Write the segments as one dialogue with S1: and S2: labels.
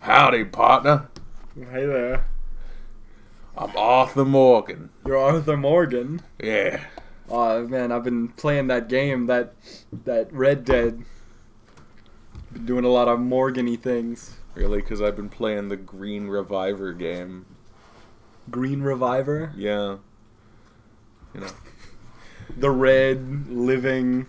S1: Howdy, partner.
S2: Hey there.
S1: I'm Arthur Morgan.
S2: You're Arthur Morgan.
S1: Yeah.
S2: Oh man, I've been playing that game, that that Red Dead. Been doing a lot of Morgany things.
S1: Really? Because I've been playing the Green Reviver game.
S2: Green Reviver,
S1: Yeah. You know,
S2: the Red Living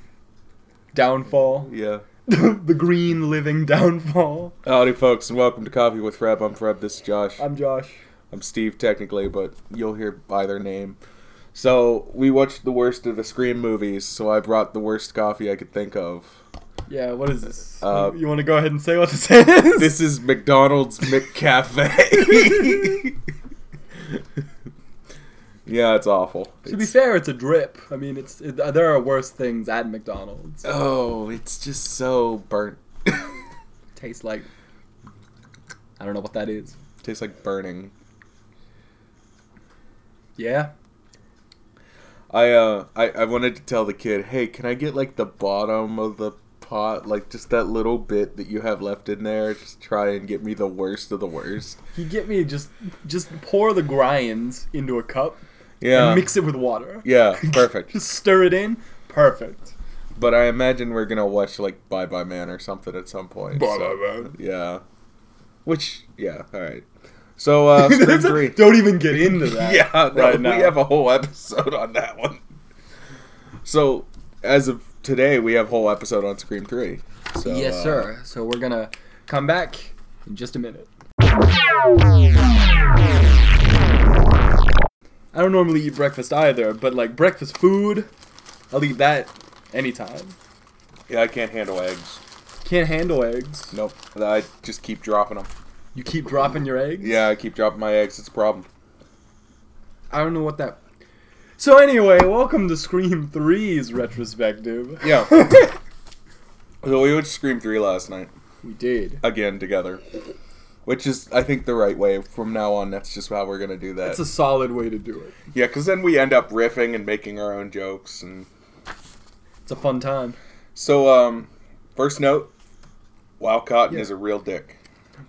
S2: Downfall,
S1: yeah.
S2: the Green Living Downfall.
S1: Howdy, folks, and welcome to Coffee with Freb. I'm Freb. This is Josh.
S2: I'm Josh.
S1: I'm Steve, technically, but you'll hear by their name. So, we watched the worst of the Scream movies, so I brought the worst coffee I could think of.
S2: Yeah, what is this?
S1: Uh,
S2: you want to go ahead and say what this is?
S1: This is McDonald's McCafe. yeah, it's awful.
S2: to be
S1: It's-
S2: fair, it's a drip. I mean, it's it, there are worse things at McDonald's.
S1: Oh, it's just so burnt.
S2: tastes like I don't know what that is.
S1: Tastes like burning.
S2: Yeah.
S1: I uh I, I wanted to tell the kid, hey, can I get like the bottom of the pot, like just that little bit that you have left in there? Just try and get me the worst of the worst.
S2: You get me just just pour the grinds into a cup
S1: Yeah.
S2: and mix it with water.
S1: yeah, perfect.
S2: Just stir it in. Perfect.
S1: but I imagine we're gonna watch like Bye Bye Man or something at some point. so- Yeah. Which yeah, alright. So uh Scream three.
S2: Don't even get into that.
S1: yeah, no,
S2: right now.
S1: we have a whole episode on that one. So, as of today, we have a whole episode on Scream 3. So,
S2: yes,
S1: uh,
S2: sir. So we're gonna come back in just a minute. I don't normally eat breakfast either, but like breakfast food, I'll eat that anytime.
S1: Yeah, I can't handle eggs.
S2: Can't handle eggs.
S1: Nope. I just keep dropping them.
S2: You keep dropping your eggs.
S1: Yeah, I keep dropping my eggs. It's a problem.
S2: I don't know what that. So anyway, welcome to Scream 3's retrospective.
S1: Yeah. so, we watched Scream 3 last night.
S2: we did.
S1: Again, together. Which is, I think, the right way. From now on, that's just how we're going to do that.
S2: That's a solid way to do it.
S1: Yeah, because then we end up riffing and making our own jokes and
S2: It's a fun time.
S1: So, um, first note, Wow Cotton
S2: Yeah.
S1: is a real dick.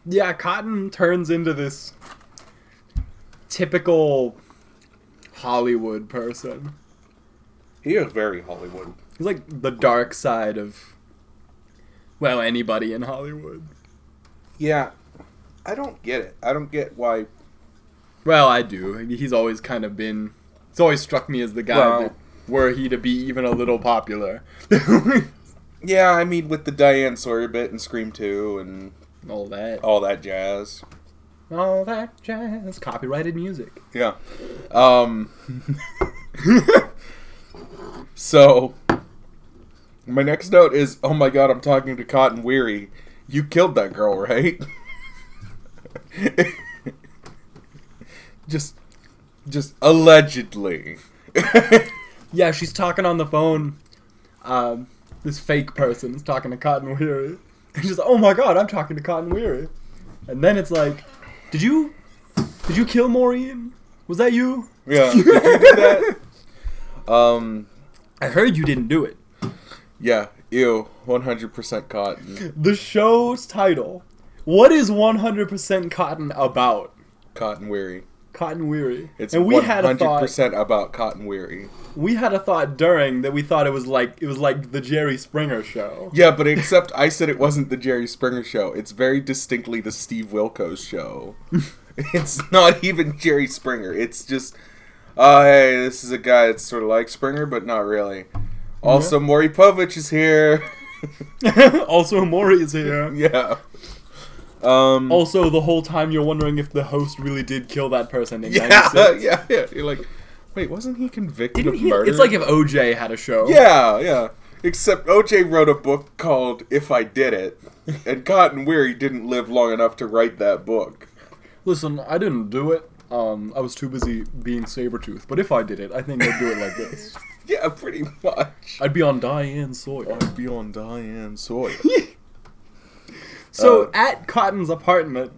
S2: Yeah, Cotton turns into this typical Hollywood person.
S1: He is very Hollywood.
S2: He's like the dark side of well, anybody in Hollywood.
S1: Yeah. I don't get it. I don't get why.
S2: Well, I do. He's always kind of been. It's always struck me as the guy
S1: Well-
S2: that were he to be even a little popular,
S1: Yeah, I mean, with the Diane Sawyer bit and Scream 2 and
S2: all that,
S1: all that jazz.
S2: all that jazz, copyrighted music.
S1: Yeah. Um, so, my next note is oh my god, I'm talking to Cotton Weary. You killed that girl, right? just, just allegedly.
S2: Yeah, she's talking on the phone. Um, this fake person is talking to Cotton Weary. And she's like, "Oh my god, I'm talking to Cotton Weary." And then it's like, "Did you, did you kill Maureen? Was that you?
S1: Yeah. Did you do that? Um.
S2: I heard you didn't do it."
S1: Yeah. Ew. One hundred percent cotton.
S2: The show's title. What is 100% Cotton about?
S1: Cotton weary.
S2: Cotton Weary.
S1: It's
S2: and we had a thought.
S1: 100% about cotton weary.
S2: We had a thought during that we thought it was like it was like the Jerry Springer show.
S1: Yeah, but except I said it wasn't the Jerry Springer show. It's very distinctly the Steve Wilkos show. it's not even Jerry Springer. It's just, oh hey, this is a guy that's sort of like Springer, but not really. Also, Maury Povich is here.
S2: also, Maury is here.
S1: yeah. Um.
S2: Also, the whole time you're wondering if the host really did kill that person in
S1: yeah,
S2: 96.
S1: yeah, yeah. You're like, wait, wasn't he convicted
S2: Didn't
S1: of
S2: he,
S1: murder?
S2: it's like if OJ had a
S1: Oh.
S2: show.
S1: Yeah, yeah. Except OJ wrote a book called If I Did It, and Cotton Weary didn't live long enough to write that book.
S2: Listen, I didn't do it. Um, I was too busy being Sabretooth. But if I did it, I think I'd do it like this.
S1: Yeah, pretty much.
S2: I'd be on Diane Sawyer.
S1: I'd be on Diane Sawyer.
S2: So
S1: Uh,
S2: at Cotton's apartment,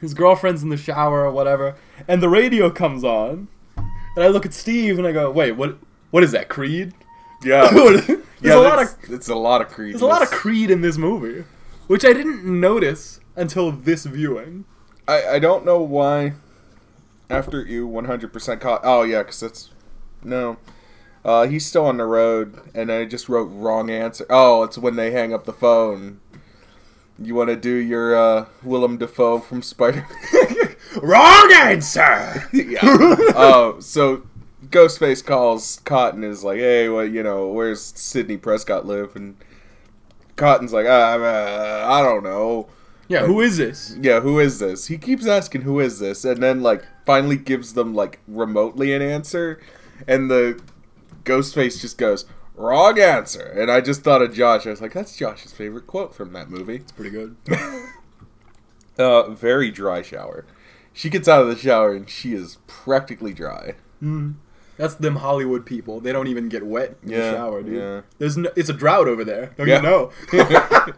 S2: his girlfriend's in the shower or whatever, and the radio comes on. And I look at Steve and I go, wait, what? what is that, Creed?
S1: Yeah.
S2: There's
S1: yeah,
S2: a lot of
S1: it's a lot of creed.
S2: There's a lot of Creed in this movie, which I didn't notice until this viewing.
S1: I, I don't know why after you 100% caught. Oh, yeah, because that's. No. Uh, he's still on the road, and I just wrote wrong answer. Oh, it's when they hang up the phone. You want to do your uh, Willem Dafoe from Spider
S2: Wrong answer.
S1: yeah. uh, so Ghostface calls Cotton is like, hey, well, you know, where's Sidney Prescott live? And Cotton's like, "Ah, uh, I don't know.
S2: Yeah, who is this?
S1: Yeah, who is this? He keeps asking, who is this? And then, like, finally gives them, like, remotely an answer. And the Ghostface just goes, wrong answer. And I just thought of Josh. I was like, that's Josh's favorite quote from that movie.
S2: Pretty good.
S1: Uh, very dry shower. She gets out of the shower and she is practically dry.
S2: Mm. That's them Hollywood people. They don't even get wet in
S1: Yeah,
S2: the shower, dude.
S1: yeah.
S2: There's no, it's a drought over there. Don't
S1: Yeah.
S2: you know?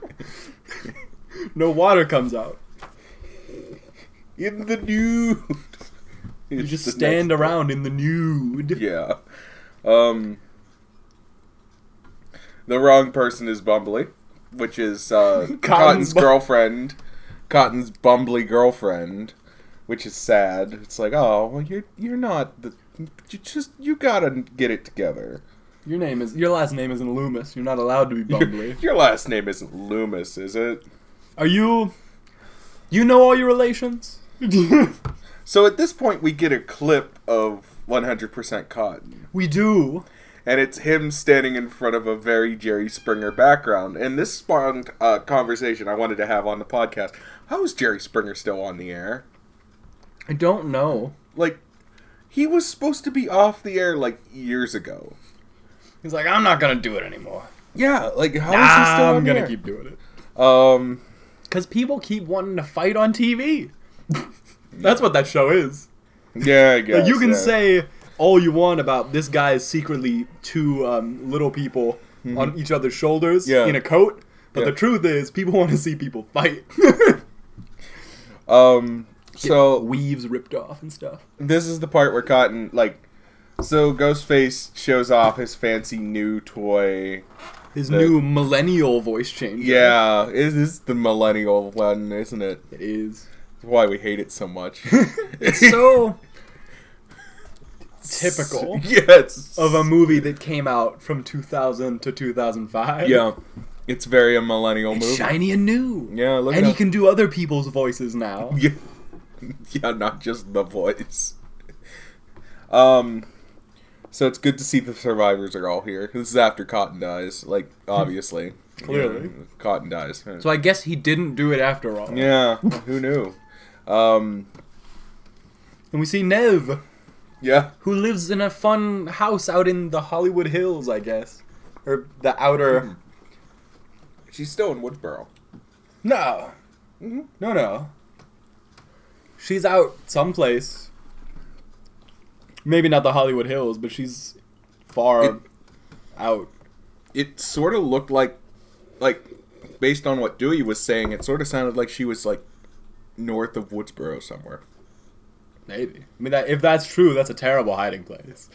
S2: no water comes out.
S1: In the nude.
S2: You
S1: It's
S2: just
S1: the
S2: stand
S1: next-
S2: around in the nude.
S1: Yeah. Um. The wrong person is Bumbly, which is uh, Cotton's,
S2: Cotton's bu-
S1: girlfriend. Cotton's Bumbly girlfriend, which is sad. It's like, oh, well, you're you're not the. You just you gotta get it together.
S2: Your name is your last name isn't Loomis. You're not allowed to be
S1: Your,
S2: Bumbly.
S1: your last name isn't Loomis, is it?
S2: Are you? You know all your relations.
S1: So at this point, we get a clip of 100% Cotton.
S2: we do.
S1: and it's him standing in front of a very Jerry Springer background. And this spawned a conversation I wanted to have on the podcast. How is Jerry Springer still on the air?
S2: I don't know.
S1: Like, he was supposed to be off the air like years ago.
S2: He's like, I'm not gonna do it anymore.
S1: Yeah, like how is he still on
S2: I'm
S1: the
S2: gonna
S1: air?
S2: keep doing it.
S1: Um,
S2: Cause people keep wanting to fight on TV. That's what that show is.
S1: yeah, I guess
S2: Like, you can
S1: yeah.
S2: say all you want about this guy is secretly two um, little people on each other's shoulders
S1: Mm-hmm. Yeah.
S2: in a coat, but
S1: Yeah.
S2: the truth is, people want to see people fight.
S1: um. So
S2: Weaves ripped off and stuff.
S1: this is the part where Cotton like. So Ghostface shows off his fancy new toy.
S2: His
S1: The-
S2: new millennial voice change.
S1: Yeah, it is the millennial one, isn't it?
S2: it is.
S1: That's why we hate it so much.
S2: It's so typical
S1: yes.
S2: of a movie that came out from 2000 to 2005.
S1: yeah, it's very a millennial
S2: It's
S1: movie.
S2: shiny and new.
S1: Yeah, look
S2: and
S1: at
S2: he can do other people's voices now.
S1: Yeah. yeah, not just the voice. Um, so it's good to see the survivors are all here. This is after Cotton dies, like obviously.
S2: Hmm. Clearly.
S1: Yeah, Cotton dies.
S2: So I guess he didn't do it after all.
S1: yeah, who knew? Um,
S2: And we see Nev,
S1: yeah,
S2: who lives in a fun house out in the Hollywood Hills, I guess. Or the outer.
S1: she's still in Woodboro.
S2: No. Mm-hmm.
S1: Mhm.
S2: No, no. She's out someplace. Maybe not the Hollywood Hills, but she's far
S1: It-
S2: out.
S1: it sort of looked like like based on what Dewey was saying, it sort of sounded like she was like north of Woodsboro somewhere.
S2: Maybe. I mean, that, if that's true, that's a terrible hiding place.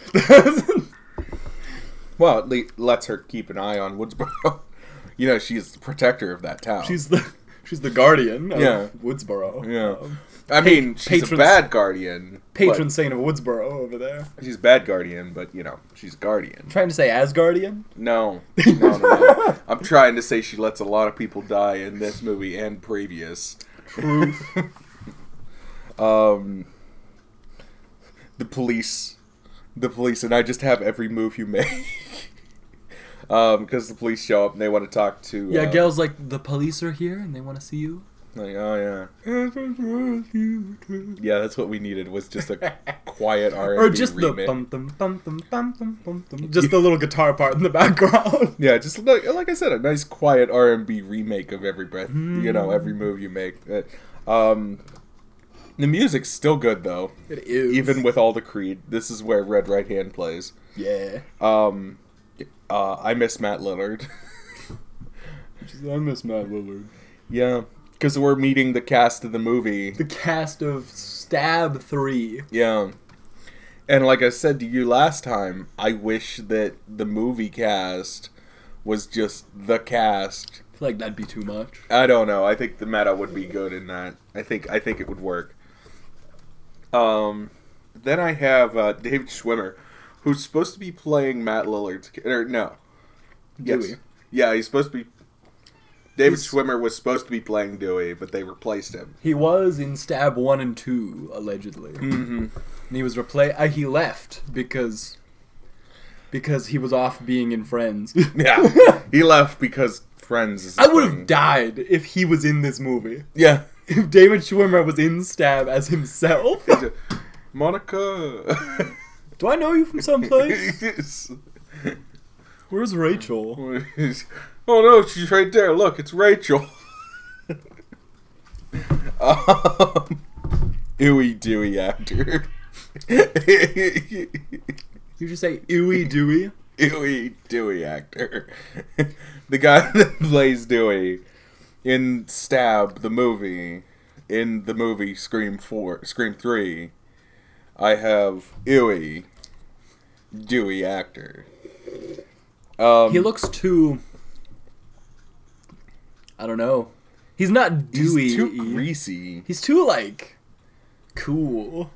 S1: Well, it le- lets her keep an eye on Woodsboro. you know, she's the protector of that town.
S2: she's the she's the guardian of
S1: Yeah.
S2: Woodsboro.
S1: yeah.
S2: Um,
S1: I mean, she's a
S2: patrons-
S1: bad guardian.
S2: patron saint of Woodsboro over there.
S1: but- She's a bad guardian, but you know, she's a guardian.
S2: trying to say as guardian.
S1: No, no, no, no. I'm trying to say she lets a lot of people die in this movie and previous.
S2: Truth.
S1: um, the police, the police, and I just have every move you make. Um, because the police show up and they want to talk to.
S2: yeah,
S1: uh,
S2: Gail's like the police are here and they want to see you.
S1: Like, oh yeah, yeah. That's what we needed was just a quiet R
S2: Or just the
S1: remix.
S2: bum bum bum bum bum bum bum bum. Just the little guitar part in the background.
S1: yeah, just like, like I said, a nice quiet R and B remake of every breath. You know, every
S2: Hmm.
S1: move you make. Uh, Um, the music's still good though,
S2: It is
S1: even with all the Creed. This is where Red Right Hand plays.
S2: yeah.
S1: Um, uh, I miss Matt Lillard.
S2: I miss Matt Lillard.
S1: yeah, because we're meeting the cast of the movie.
S2: The cast of Stab Three.
S1: Yeah, and like I said to you last time, I wish that the movie cast was just the cast
S2: feel like that'd be too much.
S1: I don't know. I think the meta would be good in that. I think I think it would work. Um, then I have uh, David Schwimmer, who's supposed to be playing Matt Lillard's or no,
S2: Dewey.
S1: yeah, he's supposed to be. David
S2: He's-
S1: Schwimmer was supposed to be playing Dewey, but they replaced him.
S2: He was in Stab One and Two allegedly,
S1: Mm-hmm.
S2: and he was replaced. Uh, he left because because he was off being in Friends.
S1: Yeah, he left because Friends. Is
S2: I would have
S1: playing-
S2: died if he was in this movie.
S1: Yeah,
S2: If David Schwimmer was in Stab as himself.
S1: Monica.
S2: Do I know you from someplace?
S1: Yes.
S2: Where's Rachel?
S1: oh no, she's right there. Look, it's Rachel. um, ooey dooey actor.
S2: You just say ooey dooey.
S1: ooey dooey actor. the guy that plays Dewey in Stab the movie, in the movie Scream Four, Scream Three. I have ooey dooey actor. Um,
S2: He looks too. I don't know. He's not
S1: he's
S2: dewy.
S1: too greasy.
S2: He's too like cool.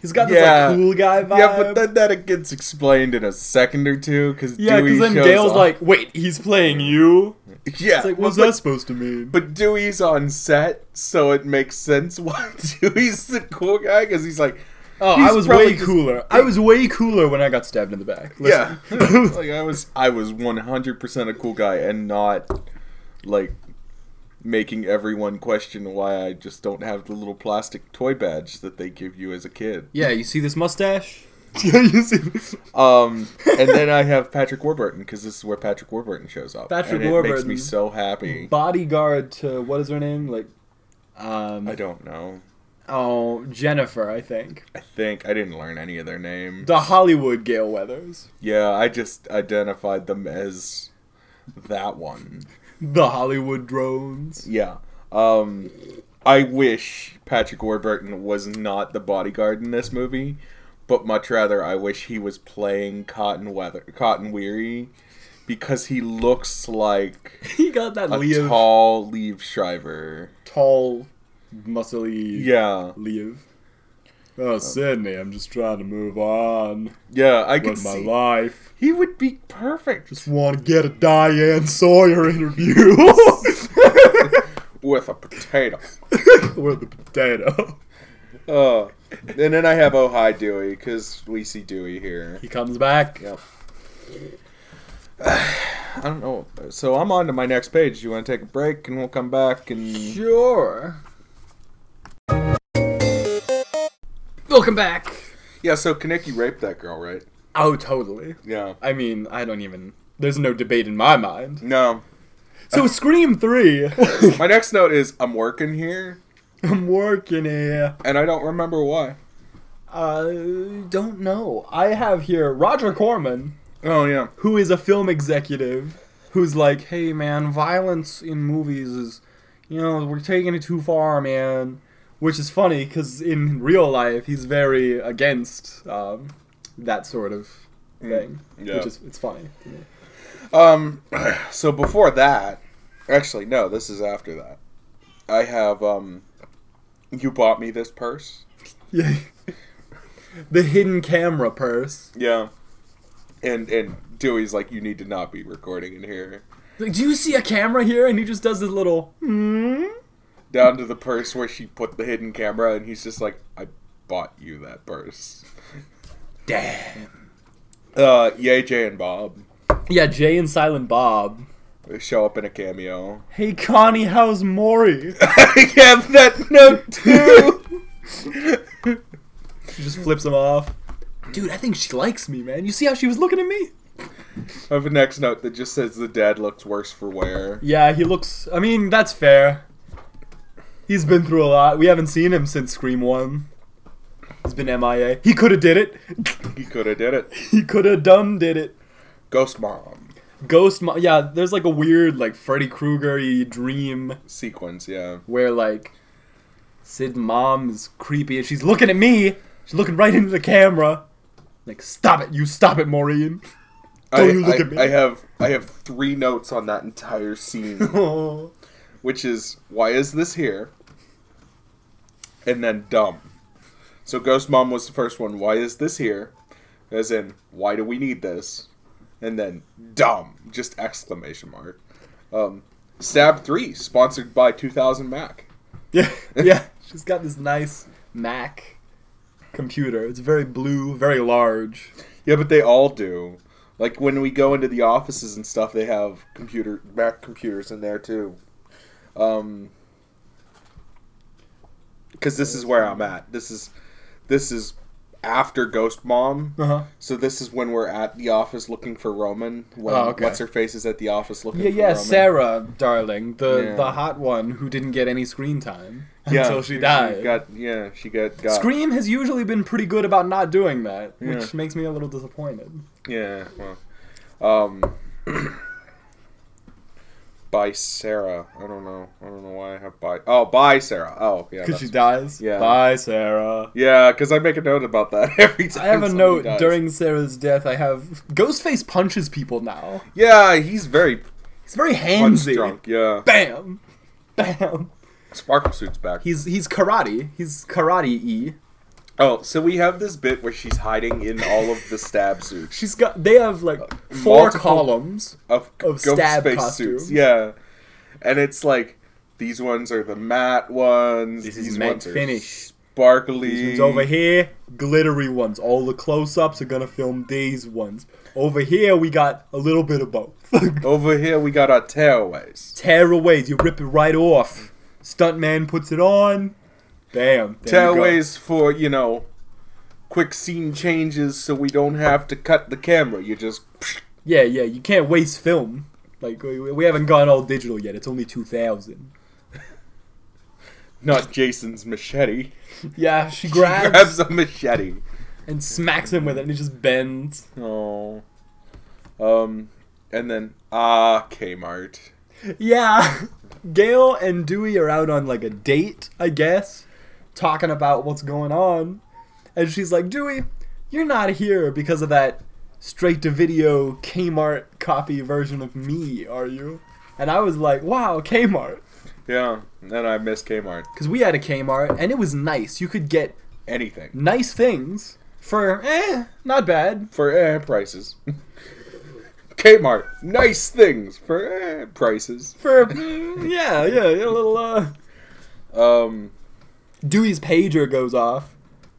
S2: He's got
S1: Yeah.
S2: this like cool guy vibe.
S1: Yeah, but then that gets explained in a second or two because
S2: yeah,
S1: because
S2: because then Dale's like, "Wait, he's playing you."
S1: yeah,
S2: It's like,
S1: well,
S2: what's
S1: but,
S2: that supposed to mean?
S1: But Dewey's on set, so it makes sense why Dewey's the cool guy because he's like,
S2: oh,
S1: he's
S2: I was
S1: probably
S2: way
S1: just-
S2: cooler. I was way cooler when I got stabbed in the back. Listen.
S1: yeah, like I was, I was one hundred percent a cool guy and not like making everyone question why I just don't have the little plastic toy badge that they give you as a kid.
S2: yeah. You see this mustache? yeah, you see this.
S1: Um, and then I have Patrick Warburton because this is where Patrick Warburton shows up.
S2: Patrick
S1: and it makes me
S2: Warburton.
S1: so happy.
S2: bodyguard to what is her name? Like, um,
S1: I don't know.
S2: oh Jennifer, I think
S1: I think I didn't learn any of their names.
S2: the Hollywood Gale Weathers,
S1: Yeah, I just identified them as that one.
S2: the Hollywood drones.
S1: Yeah. Um I wish Patrick Warburton was not the bodyguard in this movie, but much rather I wish he was playing Cotton Weather Cotton Weary because he looks like
S2: He got that
S1: a
S2: Liev tall,
S1: tall Leave Shriver.
S2: muscly
S1: Yeah.
S2: Liev. Oh, Sydney, I'm just trying to move on
S1: Yeah, I can
S2: with my
S1: see
S2: life.
S1: he would be perfect
S2: Just want to get a Diane Sawyer interview
S1: with a potato.
S2: with a potato.
S1: Oh, and then I have Oh Hi Dewey because we see Dewey here.
S2: He comes back.
S1: Yep. I don't know. So I'm on to my next page. You want to take a break and we'll come back and
S2: Sure. Welcome back.
S1: yeah. So Kaneki raped that girl, right?
S2: Oh, totally.
S1: Yeah.
S2: I mean, I don't even. There's no debate in my mind.
S1: No.
S2: So, Scream 3.
S1: My next note is I'm working here
S2: I'm working here.
S1: and I don't remember why.
S2: I don't know. I have here Roger Corman,
S1: Oh yeah.
S2: who is a film executive, who's like, hey, man, violence in movies is, you know, we're taking it too far, man. Which is funny, because in real life, he's very against um, that sort of thing.
S1: yeah.
S2: Which is, it's funny. to me.
S1: Um. So before that, actually no, this is after that. I have um. You bought me this purse.
S2: Yeah. the hidden camera purse.
S1: Yeah. And and Dewey's like, you need to not be recording in here.
S2: Like, do you see a camera here? And he just does this little. Hmm?
S1: down to the purse where she put the hidden camera, and he's just like, "I bought you that purse."
S2: Damn.
S1: Uh, yay, Jay and Bob
S2: Yeah, Jay and Silent Bob.
S1: They show up in a cameo.
S2: Hey, Connie, how's Maury?
S1: I have that note too.
S2: she just flips him off. Dude, I think she likes me, man. You see how she was looking at me?
S1: I have a next note that just says the dad looks worse for wear.
S2: Yeah, he looks. I mean, that's fair. He's been through a lot. We haven't seen him since Scream 1. He's been MIA. He could have did it.
S1: He could have did it.
S2: he could have done did it.
S1: Ghost Mom
S2: Ghost, mo- yeah, there's like a weird, like Freddy Krueger dream
S1: sequence, yeah.
S2: where like Sid's mom is creepy and she's looking at me. She's looking right into the camera. Like, stop it, you stop it, Maureen. Don't
S1: I,
S2: you look
S1: I-
S2: at me.
S1: I have I have three notes on that entire scene,
S2: Oh.
S1: which is why is this here? And then dumb. So Ghost Mom was the first one. Why is this here? As in, why do we need this? And then dumb, just exclamation mark. Um, Stab three, sponsored by 2000 Mac.
S2: Yeah, yeah. She's got this nice Mac computer. It's very blue, very large.
S1: Yeah, but they all do. Like when we go into the offices and stuff, they have computer Mac computers in there too. Um, because this is where I'm at. This is this is after Ghost Mom.
S2: Uh huh.
S1: So this is when we're at the office looking for Roman. When
S2: Oh, okay.
S1: what's her face is at the office looking
S2: Yeah,
S1: for
S2: yeah.
S1: Roman.
S2: Sarah, darling, the
S1: Yeah.
S2: the hot one who didn't get any screen time
S1: Yeah,
S2: until she died.
S1: got yeah, she got got
S2: Scream has usually been pretty good about not doing that,
S1: Yeah.
S2: which makes me a little disappointed.
S1: Yeah, well, um, by Sarah. I don't know. I don't know why I have by. Oh, by Sarah. Oh, yeah.
S2: Because she
S1: that's-
S2: dies.
S1: yeah.
S2: Bye, Sarah.
S1: Yeah, because I make a note about that every time.
S2: I have a
S1: somebody
S2: note
S1: dies.
S2: during Sarah's death. I have Ghostface punches people now.
S1: Yeah, he's very
S2: He's very
S1: punch
S2: handsy.
S1: drunk. Yeah,
S2: Bam, bam.
S1: sparkle suits back.
S2: He's he's karate. He's karate e.
S1: oh, so we have this bit where she's hiding in all of the stab suits
S2: She's got. They have like four
S1: multiple-
S2: columns.
S1: of,
S2: Of
S1: ghost
S2: stab
S1: face
S2: costumes.
S1: suits. Yeah, and it's like these ones are the matte ones.
S2: This is
S1: these
S2: matte
S1: ones are
S2: finish.
S1: Sparkly.
S2: These ones over here, glittery ones. All the close-ups are gonna film these ones. Over here, we got a little bit of both.
S1: Over here we got our tearaways.
S2: Tearaways, you rip it right off. Stuntman puts it on. Bam. there you go.
S1: Tearaways for, you know, quick scene changes so we don't have to cut the camera. You just
S2: Yeah, yeah. You can't waste film. Like we, we haven't gone all digital yet. It's only two thousand.
S1: not Jason's machete.
S2: Yeah, she
S1: Grabs,
S2: grabs,
S1: grabs a machete.
S2: and smacks him with it, and it just bends.
S1: Oh. Um and then ah Kmart.
S2: Yeah. Gail and Dewey are out on like a date, I guess, talking about what's going on. And she's like, Dewey, you're not here because of that straight to video Kmart copy version of me, are you? And I was like, wow, Kmart.
S1: Yeah, and I miss Kmart.
S2: Because we had a Kmart and it was nice. You could get
S1: Anything.
S2: nice things for, eh, not bad.
S1: For eh prices. Kmart, nice things for eh prices.
S2: For, mm, yeah, yeah, yeah, a little, uh,
S1: Um
S2: Dewey's pager goes off,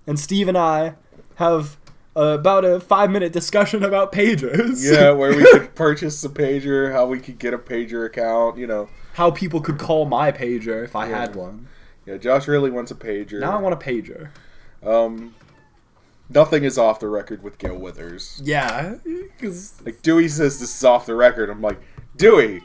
S2: and Steve and I have uh, about a five minute discussion about pagers.
S1: yeah, where we could purchase a pager, how we could get a pager account, you know.
S2: How people could call my pager if I
S1: Yeah.
S2: had one.
S1: Yeah, Josh really wants a pager.
S2: Now I want a pager.
S1: Um, nothing is off the record with Gail Withers.
S2: Yeah, because
S1: Like Dewey says, this is off the record. I'm like, Dewey,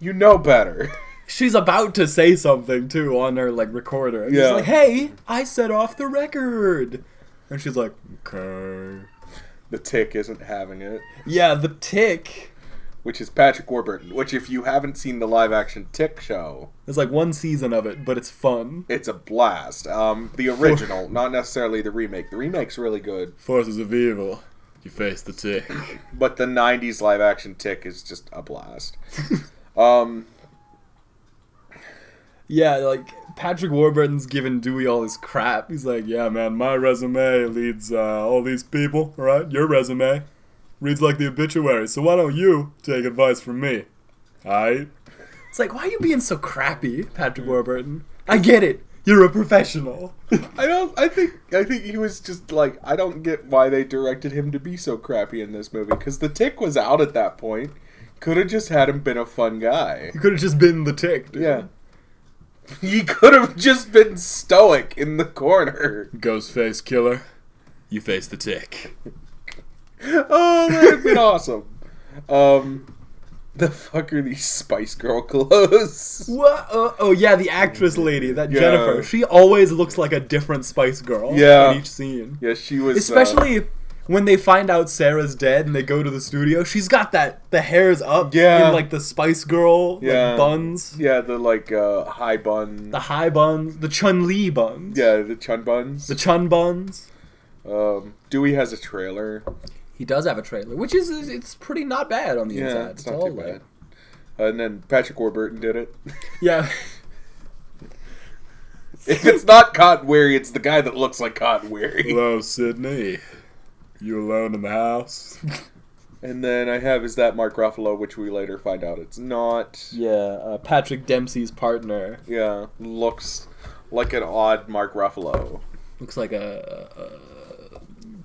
S1: you know better.
S2: she's about to say something too on her like recorder. And
S1: Yeah.
S2: She's like, "Hey, I said off the record," and she's like, "Okay."
S1: the Tick isn't having it,
S2: Yeah, the tick.
S1: which is Patrick Warburton. Which, if you haven't seen the live-action Tick show,
S2: There's like one season of it, but it's fun.
S1: it's a blast. Um, the original, not necessarily the remake. The remake's really good,
S2: Forces of evil. You face the tick.
S1: but the '90s live-action Tick is just a blast. um,
S2: Yeah, like Patrick Warburton's giving Dewey all this crap. He's like, "Yeah, man, my resume leads uh, all these people, right? Your resume reads like the obituary. So why don't you take advice from me?" I. It's like, why are you being so crappy, Patrick Warburton? I get it. You're a professional.
S1: I don't. I think. I think he was just like. I don't get why they directed him to be so crappy in this movie. Because the Tick was out at that point. Could have just had him been a fun guy.
S2: you could have just been the tick. Dude.
S1: Yeah. He could have just been stoic in the corner.
S2: Ghostface killer. You face the tick.
S1: Oh, that would have been awesome. Um, the fuck are these Spice Girl clothes?
S2: What? Uh, oh yeah, the actress lady, that
S1: Yeah.
S2: Jennifer. She always looks like a different Spice Girl.
S1: Yeah.
S2: In each scene.
S1: Yeah, she was. uh,
S2: especially when they find out Sarah's dead and they go to the studio. She's got that the hair's up,
S1: Yeah.
S2: in like the Spice Girl
S1: Yeah.
S2: like buns,
S1: yeah, the like uh, high bun.
S2: the high buns, the Chun Li buns,
S1: yeah, the chun buns.
S2: the Chun buns.
S1: um, Dewey has a trailer.
S2: He does have a trailer, which is it's pretty not bad on the inside.
S1: it's
S2: It's,
S1: not
S2: all
S1: too
S2: like-
S1: bad. Uh, And then Patrick Warburton did it.
S2: Yeah.
S1: if it's not Cotton Weary, it's the guy that looks like Cotton Weary.
S2: Hello, Sydney. You alone in the house?
S1: And then I have is that Mark Ruffalo, which we later find out it's not.
S2: yeah, uh, Patrick Dempsey's partner
S1: Yeah, looks like an odd Mark Ruffalo.
S2: looks like a, a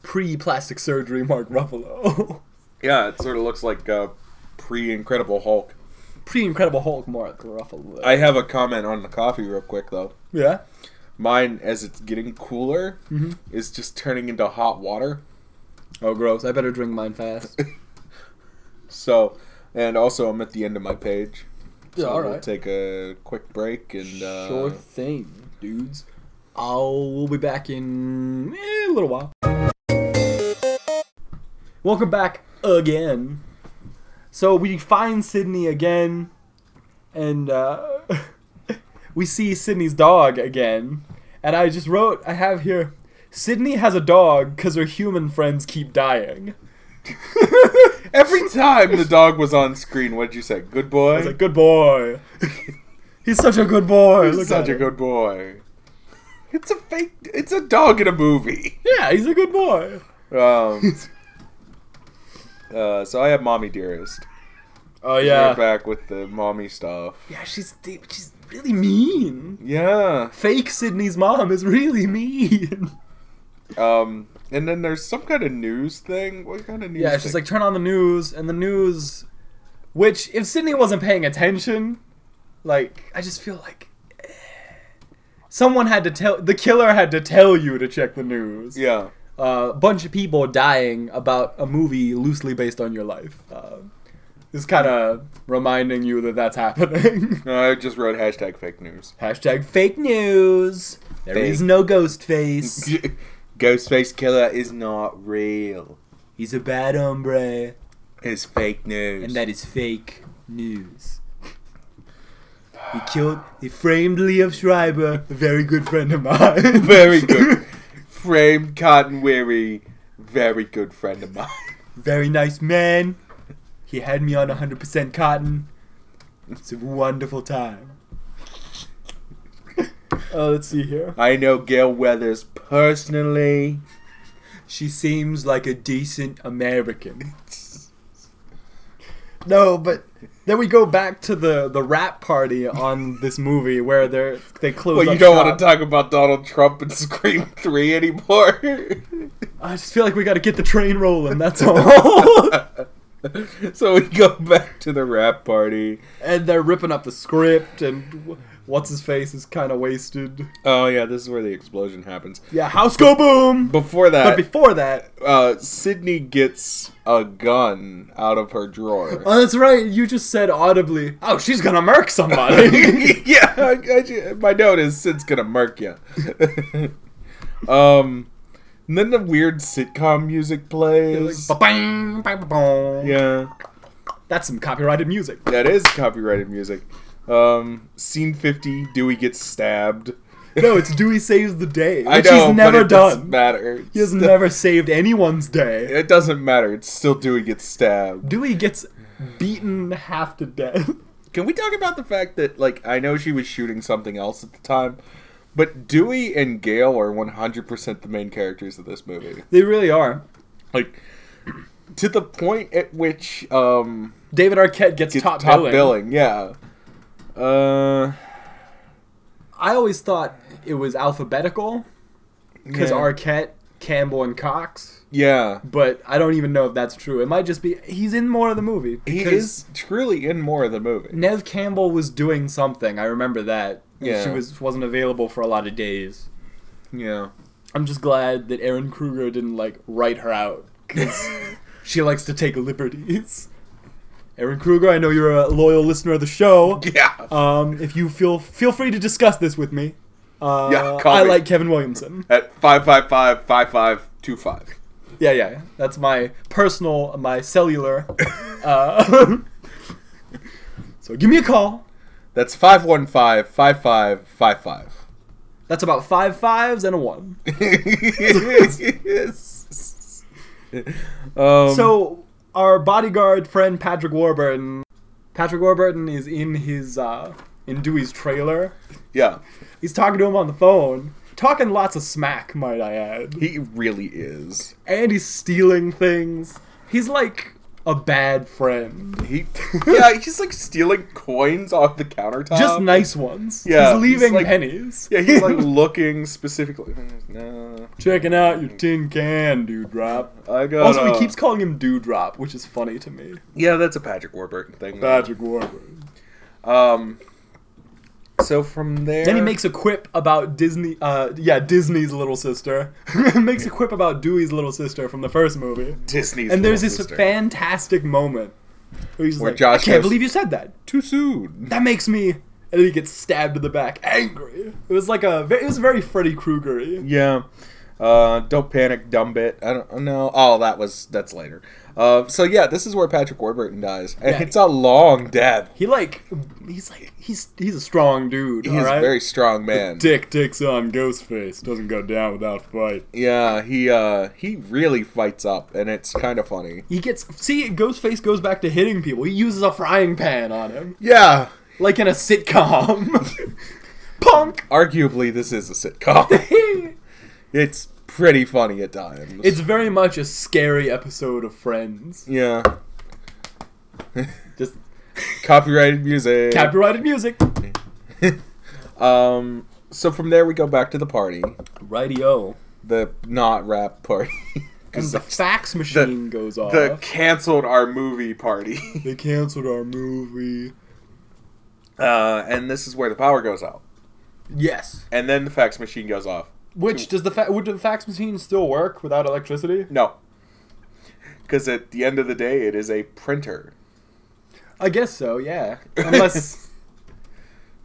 S2: pre-plastic surgery Mark Ruffalo,
S1: Yeah, it sort of looks like uh, pre-Incredible Hulk.
S2: pre-Incredible Hulk Mark Ruffalo.
S1: I have a comment on the coffee real quick though.
S2: yeah.
S1: Mine, as it's getting cooler,
S2: Mhm.
S1: is just turning into hot water.
S2: Oh, gross! I better drink mine fast.
S1: So, and also I'm at the end of my page.
S2: Yeah,
S1: so
S2: all
S1: We'll
S2: right.
S1: take a quick break and uh,
S2: sure thing, dudes. I'll we'll be back in eh, a little while. Welcome back again. So we find Sydney again, and uh, we see Sydney's dog again. And I just wrote, I have here, Sydney has a dog because her human friends keep dying.
S1: Every time the dog was on screen, what did you say? Good boy.
S2: I was like, good boy. He's such a good boy.
S1: He's
S2: Look
S1: such
S2: at
S1: a
S2: him.
S1: good boy. It's a fake. It's a dog in a movie.
S2: Yeah, he's a good boy.
S1: Um. uh, so I have mommy dearest.
S2: Oh
S1: We're back with the mommy stuff.
S2: Yeah, she's deep. She's really mean.
S1: Yeah.
S2: Fake Sydney's mom is really mean.
S1: Um. And then there's some kind of news thing. What kind of news?
S2: Yeah, she's like, turn on the news, and the news, which if Sydney wasn't paying attention, like I just feel like eh, someone had to tell the killer had to tell you to check the news.
S1: Yeah.
S2: uh, bunch of people dying about a movie loosely based on your life. Uh, is kind of reminding you that that's happening.
S1: No, I just wrote hashtag fake news.
S2: Hashtag fake news. There is
S1: Fake.
S2: no ghost face.
S1: Ghostface Killer is not real.
S2: He's a bad hombre,
S1: It's fake news.
S2: and that is fake news. He killed, he framed Leo Schreiber, a very good friend of mine.
S1: very good. Frame Cotton Weary, very good friend of mine.
S2: very nice man. He had me on 100% cotton. It's a wonderful time. Oh, let's see here.
S1: I know Gail Weathers personally.
S2: She seems like a decent American. No, but then we go back to the the rap party on this movie where they they close.
S1: Well, you
S2: up
S1: don't
S2: shop.
S1: want to talk about Donald Trump and Scream 3 anymore.
S2: I just feel like we got to get the train rolling. That's all.
S1: so we go back to the rap party.
S2: and they're ripping up the script, and what's his face is kind of wasted.
S1: Oh, yeah, this is where the explosion happens.
S2: Yeah, house go boom.
S1: Before
S2: But
S1: that,
S2: before that,
S1: uh, Sydney gets a gun out of her drawer.
S2: oh, that's right. You just said audibly, "Oh, she's gonna murk somebody."
S1: yeah, I- I ju- my note is Sid's gonna murk you. um, and then the weird sitcom music plays.
S2: Ba-bang, ba-ba-boom.
S1: yeah,
S2: That's some copyrighted music.
S1: that is copyrighted music. Um, scene fifty, Dewey gets stabbed.
S2: No, it's Dewey saves the day,
S1: I
S2: which
S1: know,
S2: he's
S1: but
S2: never
S1: it doesn't
S2: done.
S1: matter.
S2: He has
S1: Still-
S2: never saved anyone's day.
S1: It doesn't matter. It's still Dewey gets stabbed.
S2: Dewey gets beaten half to death.
S1: Can we talk about the fact that, like, I know she was shooting something else at the time, but Dewey and Gail are one hundred percent the main characters of this movie.
S2: They really are.
S1: like to the point at which um
S2: David Arquette gets,
S1: gets
S2: top,
S1: top,
S2: billing.
S1: billing. yeah uh
S2: I always thought it was alphabetical because
S1: yeah.
S2: Arquette, Campbell, and Cox.
S1: yeah
S2: But I don't even know if that's true. It might just be he's in more of the movie.
S1: he
S2: because
S1: is truly in more of the movie
S2: Nev Campbell was doing something. I remember that. And
S1: Yeah.
S2: She was wasn't available for a lot of days.
S1: yeah
S2: I'm just glad that Aaron Kruger didn't like write her out because she likes to take liberties. Aaron Kruger, I know you're a loyal listener of the show.
S1: yeah
S2: Um, if you feel feel free to discuss this with me. Uh,
S1: Yeah, call
S2: I
S1: me.
S2: like Kevin Williamson.
S1: at 555 5525
S2: Yeah, yeah, yeah. That's my personal, my cellular. Uh, so give me a call.
S1: that's 515 5555
S2: That's about five fives and a one.
S1: Yes. Um,
S2: So our bodyguard friend Patrick Warburton, Patrick Warburton is in his uh, in Dewey's trailer.
S1: yeah,
S2: He's talking to him on the phone, talking lots of smack, might I add,
S1: he really is.
S2: and he's stealing things. He's like a bad friend,
S1: He yeah, he's like stealing coins off the countertop.
S2: just nice ones.
S1: Um, yeah,
S2: he's
S1: he's
S2: leaving
S1: like-
S2: pennies.
S1: Yeah, he's like looking specifically. No,
S2: checking out your tin can, dewdrop.
S1: I got.
S2: Also,
S1: uh,
S2: he keeps calling him dewdrop, which is funny to me.
S1: Yeah, that's a Patrick Warburton thing. though.
S2: Patrick Warburton.
S1: Um. So from there,
S2: Then he makes a quip about Disney. Uh, yeah, Disney's little sister makes a quip about Dewey's little sister from the first movie.
S1: Disney's.
S2: and there's
S1: Little
S2: this
S1: Sister.
S2: fantastic moment where he's just
S1: Where
S2: like,
S1: Josh
S2: "I can't
S1: goes-
S2: believe you said that.
S1: too soon.
S2: That makes me." And then he gets stabbed in the back, angry. It was like a. ve- It was very Freddy Krueger.
S1: Yeah. Uh, don't panic, dumb bit. I don't know. Oh, that was that's later. Uh, so yeah, this is where Patrick Warburton dies, and
S2: Yeah.
S1: it's a long death.
S2: He like, he's like, he's he's a strong dude.
S1: He's
S2: all
S1: a
S2: right?
S1: very strong man.
S2: Dick Dick's on Ghostface doesn't go down without fight.
S1: Yeah, he uh he really fights up, and it's kind of funny.
S2: He gets see Ghostface goes back to hitting people. He uses a frying pan on him,
S1: Yeah,
S2: like in a sitcom. Punk.
S1: arguably this is a sitcom. it's pretty funny at times.
S2: It's very much a scary episode of Friends.
S1: yeah,
S2: Just
S1: copyrighted music.
S2: copyrighted music.
S1: um, so from there we go back to the party,
S2: Radio.
S1: the not rap party,
S2: And
S1: because
S2: the
S1: the,
S2: fax machine goes off.
S1: the canceled our movie party,
S2: they canceled our movie.
S1: uh, and this is where the power goes out,
S2: Yes.
S1: and then the fax machine goes off.
S2: Which does the fa- would the fax machine still work without electricity?
S1: No, because at the end of the day, it is a printer.
S2: I guess so. Yeah. Unless.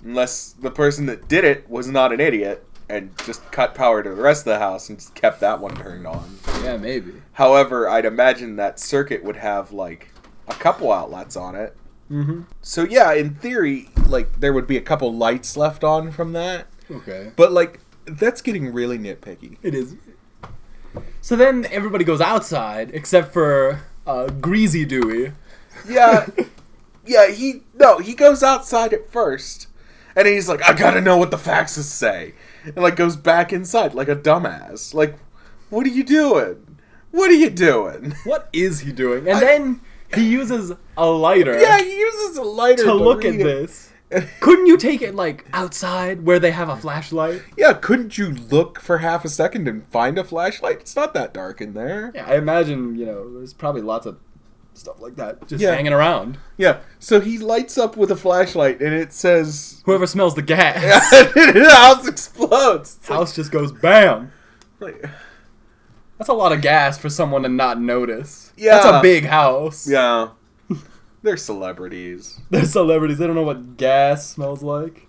S1: unless the person that did it was not an idiot and just cut power to the rest of the house and just kept that one turned on.
S2: yeah, maybe.
S1: However, I'd imagine that circuit would have like a couple outlets on it.
S2: Mm-hmm.
S1: So yeah, in theory, like there would be a couple lights left on from that.
S2: Okay.
S1: But like that's getting really nitpicky.
S2: It is. So then everybody goes outside except for uh, Greasy Dewey.
S1: Yeah. yeah, he no, he goes outside at first. And he's like, I gotta know what the faxes say. And like goes back inside like a dumbass. Like, what are you doing? What are you doing?
S2: What is he doing? And then he uses a lighter
S1: Yeah, he uses a lighter
S2: to look at
S1: read it.
S2: this. Couldn't you take it like outside where they have a flashlight?
S1: Yeah, couldn't you look for half a second and find a flashlight? It's not that dark in there.
S2: Yeah, I imagine, you know, there's probably lots of stuff like that just
S1: Yeah.
S2: hanging around.
S1: Yeah, so he lights up with a flashlight and it says.
S2: Whoever smells the gas,
S1: the house explodes. It's
S2: house just goes bam.
S1: like-
S2: That's a lot of gas for someone to not notice. That's a
S1: Yeah.
S2: big house.
S1: yeah. They're celebrities.
S2: They're celebrities. They don't know what gas smells like.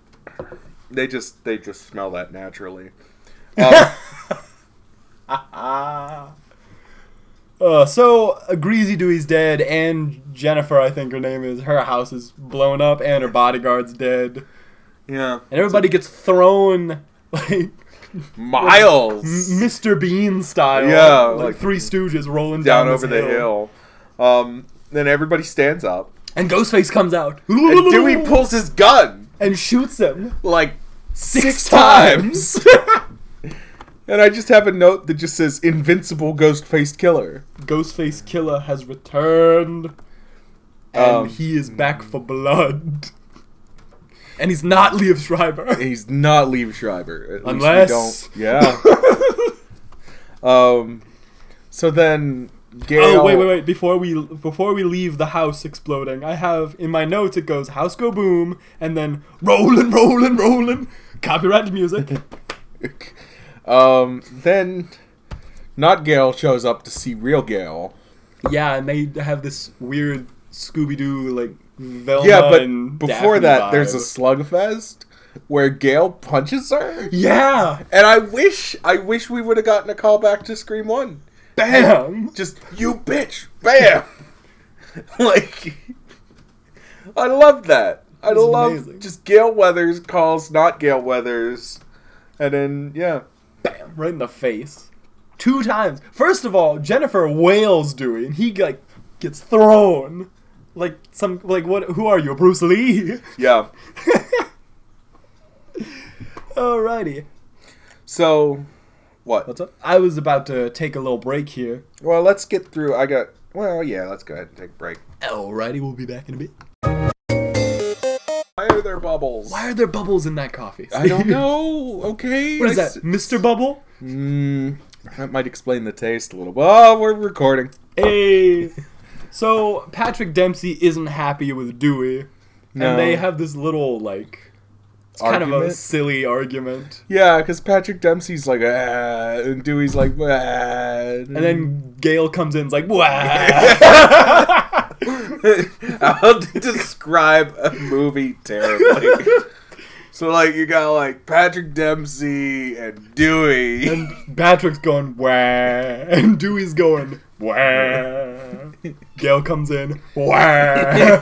S1: They just they just smell that naturally. Um,
S2: Ah. Uh, so uh, Greasy Dewey's dead, and Jennifer, I think her name is, her house is blown up, and her bodyguard's dead, and
S1: yeah.
S2: everybody gets thrown like
S1: Miles
S2: Mr. Bean style,
S1: Yeah,
S2: like,
S1: like,
S2: Three Stooges rolling down,
S1: down
S2: this
S1: over the hill. Um, then everybody stands up.
S2: and Ghostface comes out,
S1: And Dewey pulls his gun
S2: and shoots him
S1: like
S2: six,
S1: six times. And I just have a note that just says "Invincible Ghost Faced Killer."
S2: Ghostface Killer has returned, and
S1: Um,
S2: he is back for blood, and he's not Liev Schreiber.
S1: He's not Liev Schreiber. At
S2: Unless-
S1: least we don't. Yeah. um. So then, Gail.
S2: Oh wait, wait, wait! Before we before we leave the house exploding, I have in my notes it goes house go boom and then rolling, rolling, rolling, copyrighted music.
S1: wait. Um. Then, not Gail shows up to see real Gail.
S2: yeah, and they have this weird Scooby Doo like Velma.
S1: Yeah, but
S2: and
S1: before
S2: Daphne
S1: that,
S2: vibe.
S1: there's a slugfest where Gail punches her,
S2: yeah,
S1: and I wish, I wish we would have gotten a call back to Scream One.
S2: bam.
S1: just you bitch bam like i love that i
S2: was
S1: love
S2: amazing.
S1: just gail weathers calls not gail weathers and then yeah
S2: Bam, right in the face. two times. First of all, Jennifer wails Dewey, and he like gets thrown, like some like what? Who are you, Bruce Lee?
S1: Yeah.
S2: Alrighty,
S1: So, what?
S2: what's up? I was about to take a little break here.
S1: Well, let's get through. I got. Well, yeah. Let's go ahead and take a break.
S2: Alrighty, we'll be back in a bit.
S1: Why are there bubbles?
S2: Why are there bubbles in that coffee?
S1: I don't know. Okay.
S2: what is
S1: I
S2: that,
S1: s-
S2: Mr. Bubble?
S1: Mm, that might explain the taste a little. Oh, we're recording.
S2: Hey. So Patrick Dempsey isn't happy with Dewey,
S1: No.
S2: and they have this little like it's kind of a
S1: Argument?
S2: silly argument.
S1: Yeah, because Patrick Dempsey's like, ah, and Dewey's like, ah,
S2: And then Gail comes in, and's like, "Wow,
S1: I'll describe a movie terribly. so like, you got like Patrick Dempsey and Dewey.
S2: And Patrick's going, "Wow," and Dewey's going, "Wow." Gail comes in, "Wow."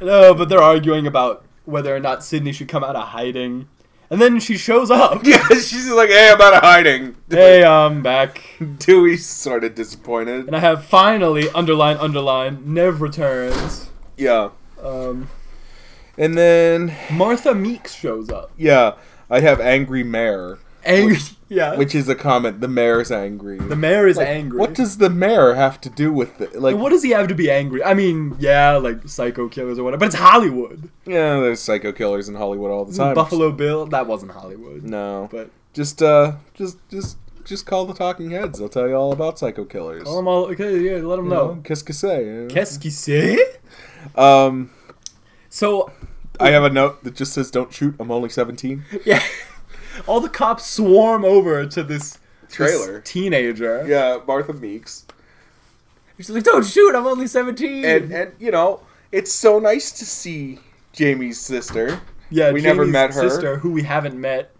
S2: no, but they're arguing about whether or not Sydney should come out of hiding, and then she shows up.
S1: yeah, she's just like, hey, I'm out of hiding.
S2: Hey, I'm back.
S1: Dewey's sort of disappointed.
S2: And I have finally underline underline Nev returns.
S1: Yeah.
S2: Um,
S1: And then,
S2: Martha Meeks shows up.
S1: yeah, I have Angry Mayor,
S2: Angry. Yeah.
S1: which is a comment. The mayor's angry.
S2: the mayor is angry.
S1: What does the mayor have to do with it? Like,
S2: And what does he have to be angry? I mean, yeah, like psycho killers or whatever, but it's Hollywood.
S1: yeah, there's psycho killers in Hollywood all the time.
S2: Buffalo Bill, that wasn't Hollywood.
S1: No,
S2: But
S1: just uh, just just just call the Talking Heads. They'll tell you all about psycho killers.
S2: call them all. Okay, yeah, let them
S1: You know,
S2: know.
S1: Qu'est-ce que c'est?
S2: Qu'est-ce qu'il sait?
S1: Um,
S2: So,
S1: I have a note that just says, "Don't shoot. I'm only 17."
S2: yeah, all the cops swarm over to this this
S1: Trailer.
S2: teenager.
S1: Yeah, Martha Meeks.
S2: She's like, "Don't shoot! I'm only 17."
S1: and and you know it's so nice to see Jamie's sister.
S2: yeah,
S1: we never
S2: Jamie's
S1: met her.
S2: sister, who we haven't met.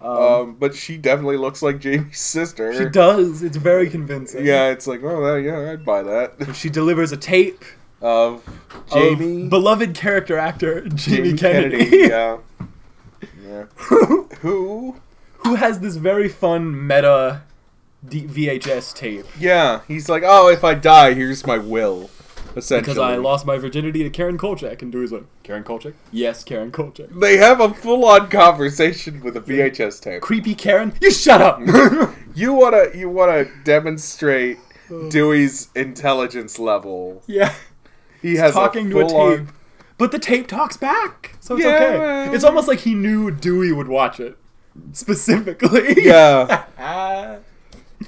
S2: Um,
S1: Um, but she definitely looks like Jamie's sister.
S2: she does. It's very convincing.
S1: Er. Yeah, it's like oh that, yeah, I'd buy that.
S2: She delivers a tape
S1: Of
S2: of
S1: Jamie,
S2: beloved character actor Jamie,
S1: Jamie
S2: Kennedy,
S1: yeah, yeah. Who?
S2: who has this very fun meta D- VHS tape
S1: Yeah, he's like, oh, if I die, here's my will. Essentially,
S2: because I lost my virginity to Karen Kolchak, and Dewey's like, Karen Kolchak? Yes, Karen Kolchak.
S1: They have a full-on conversation with a VHS tape.
S2: Creepy Karen, you shut up.
S1: You wanna, you wanna demonstrate
S2: Oh.
S1: Dewey's intelligence level.
S2: yeah,
S1: He has
S2: talking
S1: a
S2: to a
S1: full-on-
S2: tape, but the tape talks back, so it's
S1: Yeah.
S2: okay. It's almost like he knew Dewey would watch it specifically.
S1: Yeah,
S2: Ah.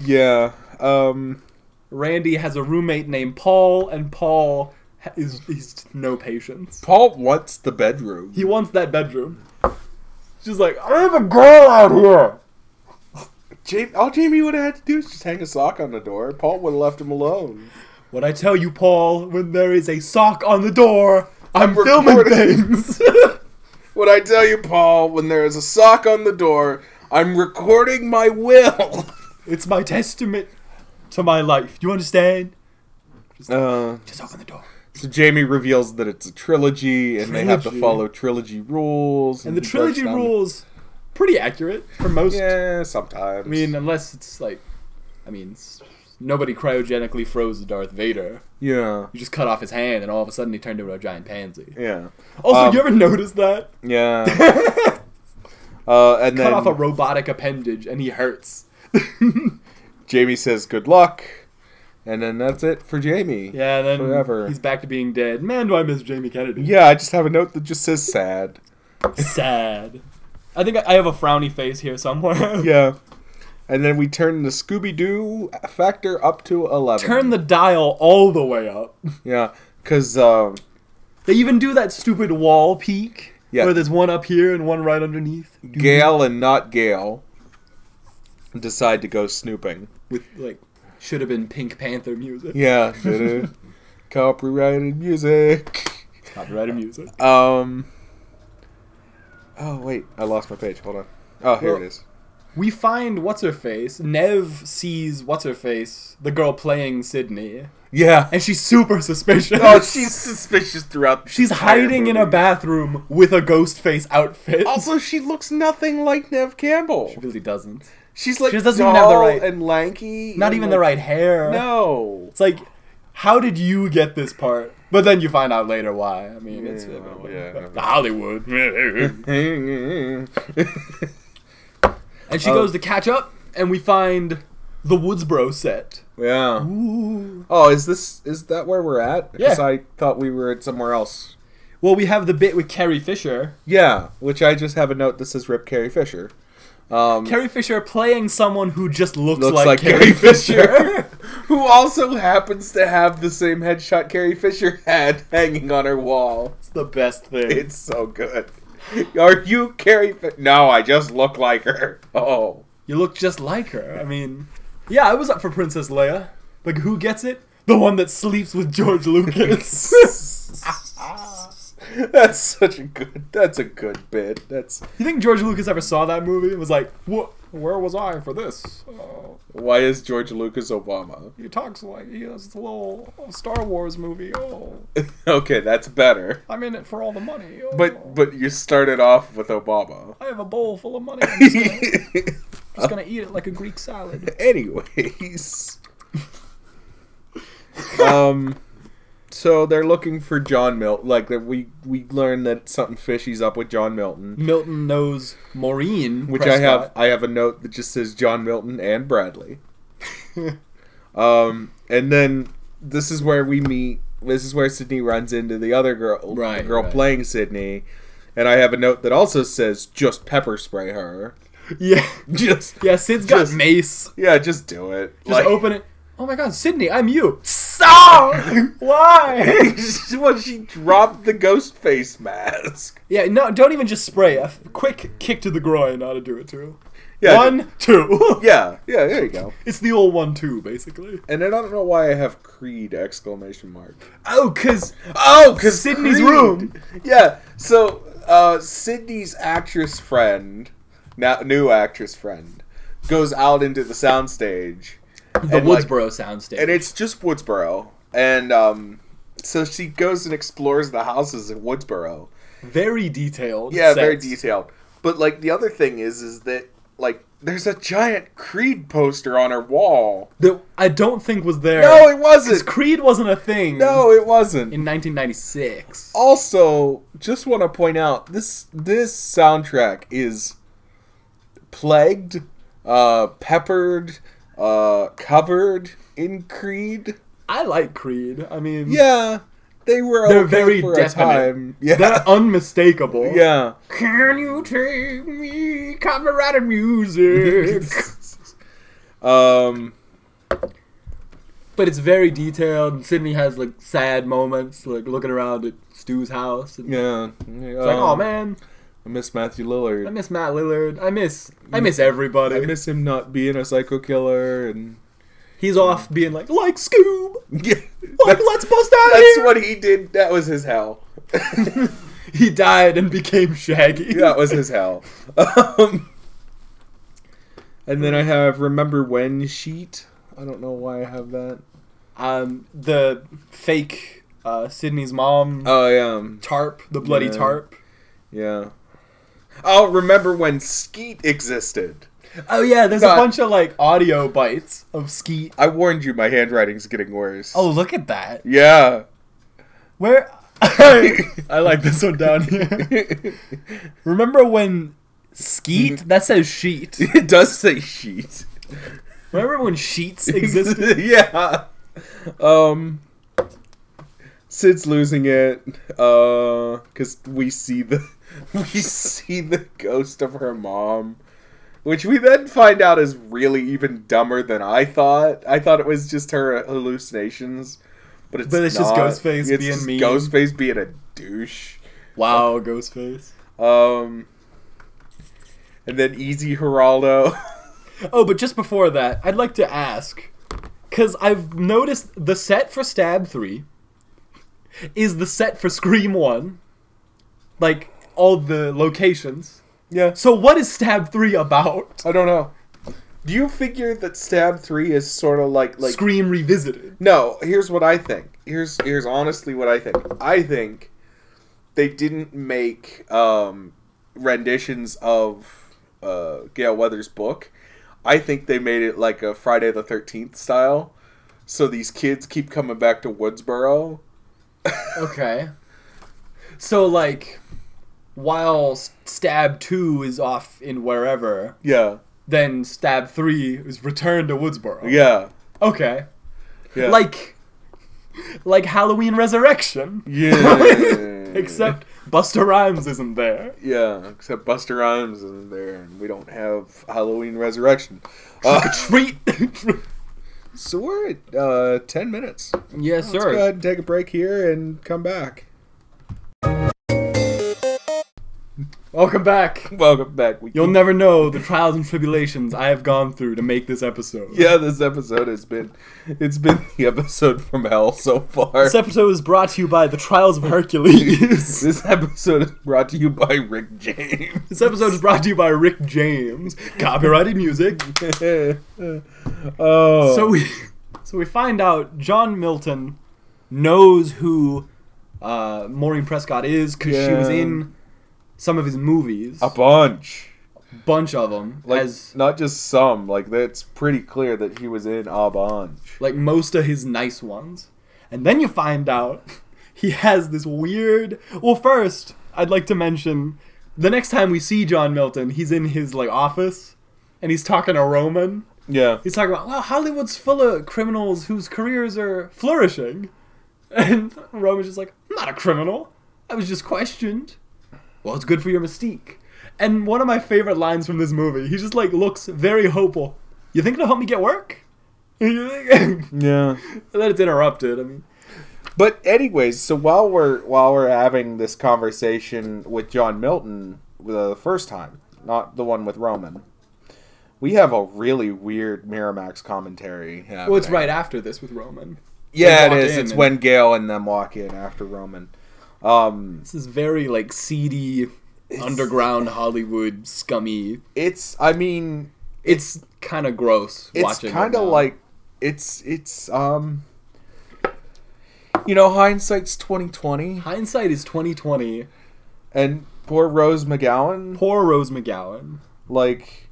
S1: yeah. Um,
S2: Randy has a roommate named Paul, and Paul ha- is he's no patience.
S1: Paul wants the bedroom.
S2: He wants that bedroom. She's like, I have a girl out here.
S1: Ja- all Jamie would have had to do is just hang a sock on the door. Paul would have left him alone.
S2: What I tell you, Paul, when there is a sock on the door, I'm,
S1: I'm
S2: filming
S1: recording.
S2: things.
S1: What I tell you, Paul, when there is a sock on the door, I'm recording my will.
S2: it's my testament to my life. Do you understand?
S1: Uh,
S2: Just open the door.
S1: so Jamie reveals that it's a trilogy, and they have to
S2: Trilogy.
S1: follow trilogy rules.
S2: And the
S1: he
S2: trilogy
S1: breaks down-
S2: rules pretty accurate for most.
S1: Yeah, sometimes.
S2: I mean, unless it's like, I mean, s- nobody cryogenically froze Darth Vader.
S1: yeah,
S2: You just cut off his hand, and all of a sudden he turned into a giant pansy.
S1: yeah,
S2: Also,
S1: Um,
S2: you ever notice that?
S1: yeah. uh, and then
S2: Cut off a robotic appendage, and he hurts.
S1: Jamie says, "Good luck," and then that's it for Jamie.
S2: Yeah, then
S1: Forever.
S2: he's back to being dead. Man, do I miss Jamie Kennedy.
S1: Yeah, I just have a note that just says sad.
S2: Sad. I think I- I have a frowny face here somewhere.
S1: Yeah. And then we turn the Scooby Doo factor up to 11.
S2: Turn the dial all the way up.
S1: Yeah. Because, um,
S2: They even do that stupid wall peak
S1: Yeah.
S2: where there's one up here and one right underneath
S1: Gail and not Gail decide to go snooping.
S2: with like should have been Pink Panther music.
S1: Yeah. Copyrighted music.
S2: Copyrighted music.
S1: Um. Oh, wait. I lost my page. Hold on. Oh, here
S2: Well-
S1: it is.
S2: We find what's her face. Nev sees what's her face, the girl playing Sydney,
S1: Yeah.
S2: and she's super suspicious.
S1: Oh, she's suspicious throughout. the
S2: She's
S1: entire
S2: hiding in a
S1: movie.
S2: bathroom with a ghost face outfit.
S1: Also, she looks nothing like Nev Campbell.
S2: she really doesn't.
S1: She's like
S2: She doesn't even have the
S1: tall
S2: right-
S1: and lanky.
S2: Not
S1: and,
S2: even the
S1: like,
S2: right hair.
S1: No.
S2: It's like, how did you get this part? But then you find out later why. I mean, it's
S1: Yeah, well, yeah.
S2: Hollywood. and she
S1: Oh.
S2: goes to catch up, and we find the Woods Bro set.
S1: yeah.
S2: Ooh.
S1: Oh, is this is that where we're at? Because
S2: Yeah.
S1: I thought we were at somewhere else.
S2: Well, we have the bit with Carrie Fisher.
S1: Yeah, which I just have a note that says Rip Carrie Fisher. Um,
S2: Carrie Fisher playing someone who just looks,
S1: looks
S2: like,
S1: like,
S2: Carrie,
S1: Carrie
S2: Fisher.
S1: Fisher, who also happens to have the same headshot Carrie Fisher had hanging on her wall.
S2: it's the best thing.
S1: It's so good. Are you Carrie? Fi- no, I just look like her. Oh,
S2: You look just like her. I mean, yeah, I was up for Princess Leia. Like, who gets it? The one that sleeps with George Lucas. Ah.
S1: that's such a good. That's a good bit. That's
S2: you think George Lucas ever saw that movie and was like, what? Where was I for this? Oh,
S1: why is George Lucas Obama?
S2: he talks like he has a little Star Wars movie. Oh,
S1: okay, that's better.
S2: I'm in it for all the money. Oh,
S1: But but you started off with Obama.
S2: I have a bowl full of money. I'm just gonna, just gonna eat it like a Greek salad.
S1: Anyways, um, so they're looking for John Milton. Like that, we we learn that something fishy's up with John Milton,
S2: Milton knows Maureen,
S1: which I have. I have a note that just says John Milton and Bradley.
S2: have.
S1: Um, and then this is where we meet. This is where Sydney runs into the other girl, the
S2: Right,
S1: girl
S2: right.
S1: playing Sydney. And I have a note that also says just pepper spray her.
S2: yeah,
S1: Just
S2: yeah. Sid's got
S1: Just-
S2: mace.
S1: yeah, just do it.
S2: Just
S1: Like-
S2: open it. Oh my god, Sydney, I'm you. So why?
S1: when she dropped the ghost face mask.
S2: Yeah, no, don't even just spray. A f- quick kick to the groin ought to do it too.
S1: Yeah,
S2: one, two.
S1: Yeah, yeah, there you go.
S2: it's the old one two, basically.
S1: And I don't know why I have Creed exclamation mark.
S2: Oh, cause
S1: Oh, because
S2: Sydney's room.
S1: Yeah, so uh, Sydney's actress friend, now new actress friend, goes out into the soundstage,
S2: the
S1: And, like-
S2: Woodsboro soundstage.
S1: and it's just Woodsboro, and um, so she goes and explores the houses in Woodsboro.
S2: very detailed.
S1: Yeah, very
S2: sets.
S1: detailed. But like the other thing is, is that like there's a giant Creed poster on her wall.
S2: That I don't think was there.
S1: No, it
S2: 'Cause
S1: wasn't.
S2: Creed wasn't a thing.
S1: No, it wasn't.
S2: in 1996.
S1: Also, just want to point out this this soundtrack is plagued, uh, peppered, uh, covered in Creed.
S2: I like Creed. I mean,
S1: Yeah, they were
S2: They're
S1: okay
S2: very
S1: for
S2: definite.
S1: a time. Yeah,
S2: they're unmistakable.
S1: yeah.
S2: Can you take me, Colorado music?
S1: Um,
S2: but it's very detailed, and Sydney has like sad moments, like looking around at Stu's house. And
S1: yeah.
S2: It's like, oh man,
S1: I miss Matthew
S2: I
S1: Lillard.
S2: miss Matt Lillard. I miss, I miss everybody.
S1: I miss him not being a psycho killer and
S2: He's off being like, like Scoob,
S1: yeah,
S2: like let's bust out of
S1: that's
S2: here.
S1: what he did. That was his hell.
S2: he died and became Shaggy.
S1: that was his hell. Um, and then I have remember when sheet. I don't know why I have that.
S2: um, the fake uh, Sydney's mom
S1: Oh yeah,
S2: tarp, the bloody
S1: Yeah.
S2: tarp.
S1: yeah. Oh, remember when Skeet existed?
S2: Oh yeah, there's
S1: God.
S2: a bunch of like audio bites of Skeet.
S1: I warned you. My handwriting's getting worse.
S2: Oh look at that.
S1: yeah.
S2: Where I like this one down here. Remember when Skeet? That says sheet.
S1: it does say sheet.
S2: Remember when sheets existed?
S1: yeah. Um. Sid's losing it, uh, because we see the we see the ghost of her mom, which we then find out is really even dumber than I thought. I thought it was just her hallucinations, but it's
S2: But it's just
S1: not.
S2: Ghostface
S1: It's
S2: being
S1: just
S2: mean.
S1: Ghostface being a douche.
S2: Wow, Ghostface.
S1: Um, and then Easy Geraldo.
S2: Oh, but just before that, I'd like to ask, because I've noticed the set for Stab Three is the set for Scream One, like all the locations.
S1: yeah,
S2: So what is Stab Three about?
S1: I don't know. Do you figure that Stab Three is sort of like like
S2: Scream Revisited.
S1: No, here's what I think. Here's here's honestly what I think. I think they didn't make um, renditions of uh, Gail Weathers' book. I think they made it like a Friday the 13th style. So these kids keep coming back to Woodsboro.
S2: Okay. So like, while S- Stab Two is off in wherever,
S1: Yeah.
S2: then Stab Three is returned to Woodsboro.
S1: Yeah.
S2: Okay.
S1: Yeah.
S2: Like, like Halloween Resurrection.
S1: Yeah.
S2: Except Buster Rhymes isn't there.
S1: Yeah, except Buster Rhymes isn't there and we don't have Halloween Resurrection. Uh,
S2: Treat.
S1: so we're at uh, 10 minutes.
S2: yes,
S1: Let's go ahead and take a break here and come back.
S2: Welcome back.
S1: Welcome back. We
S2: You'll never know the trials and tribulations I have gone through to make this episode.
S1: yeah, this episode has been it's been the episode from hell so far.
S2: This episode is brought to you by the Trials of Hercules.
S1: This episode is brought to you by Rick James.
S2: this episode is brought to you by Rick James. Copyrighted music.
S1: oh,
S2: So we, so we find out John Milton knows who uh, Maureen Prescott is because she was
S1: Yeah.
S2: in some of his movies,
S1: a bunch.
S2: bunch of them,
S1: Like
S2: as
S1: not just some. Like that's pretty clear that he was in a bunch.
S2: like most of his nice ones. And then you find out he has this weird. Well, first, I'd like to mention the next time we see John Milton, he's in his like office and he's talking to Roman.
S1: Yeah.
S2: He's talking about, "Wow, Hollywood's full of criminals whose careers are flourishing." And Roman's just like, "I'm not a criminal. I was just questioned." Well, it's good for your mystique. And one of my favorite lines from this movie, he just like looks very hopeful. You think it'll help me get work? and
S1: Yeah.
S2: then it's interrupted. I mean,
S1: But anyways, so while we're while we're having this conversation with John Milton uh, the first time, not the one with Roman, we have a really weird Miramax commentary.
S2: well, it's
S1: happening.
S2: right after this with Roman.
S1: Yeah, it
S2: They walk
S1: is.
S2: in
S1: It's
S2: and-
S1: when Gail and them walk in after Roman. Um,
S2: This is very like seedy, underground Hollywood scummy.
S1: it's. I mean,
S2: It's kind of gross.
S1: it's
S2: watching it
S1: kind
S2: now.
S1: of like it's it's um. You know, hindsight's twenty twenty,
S2: hindsight is twenty twenty.
S1: and poor Rose McGowan,
S2: Poor Rose McGowan.
S1: like,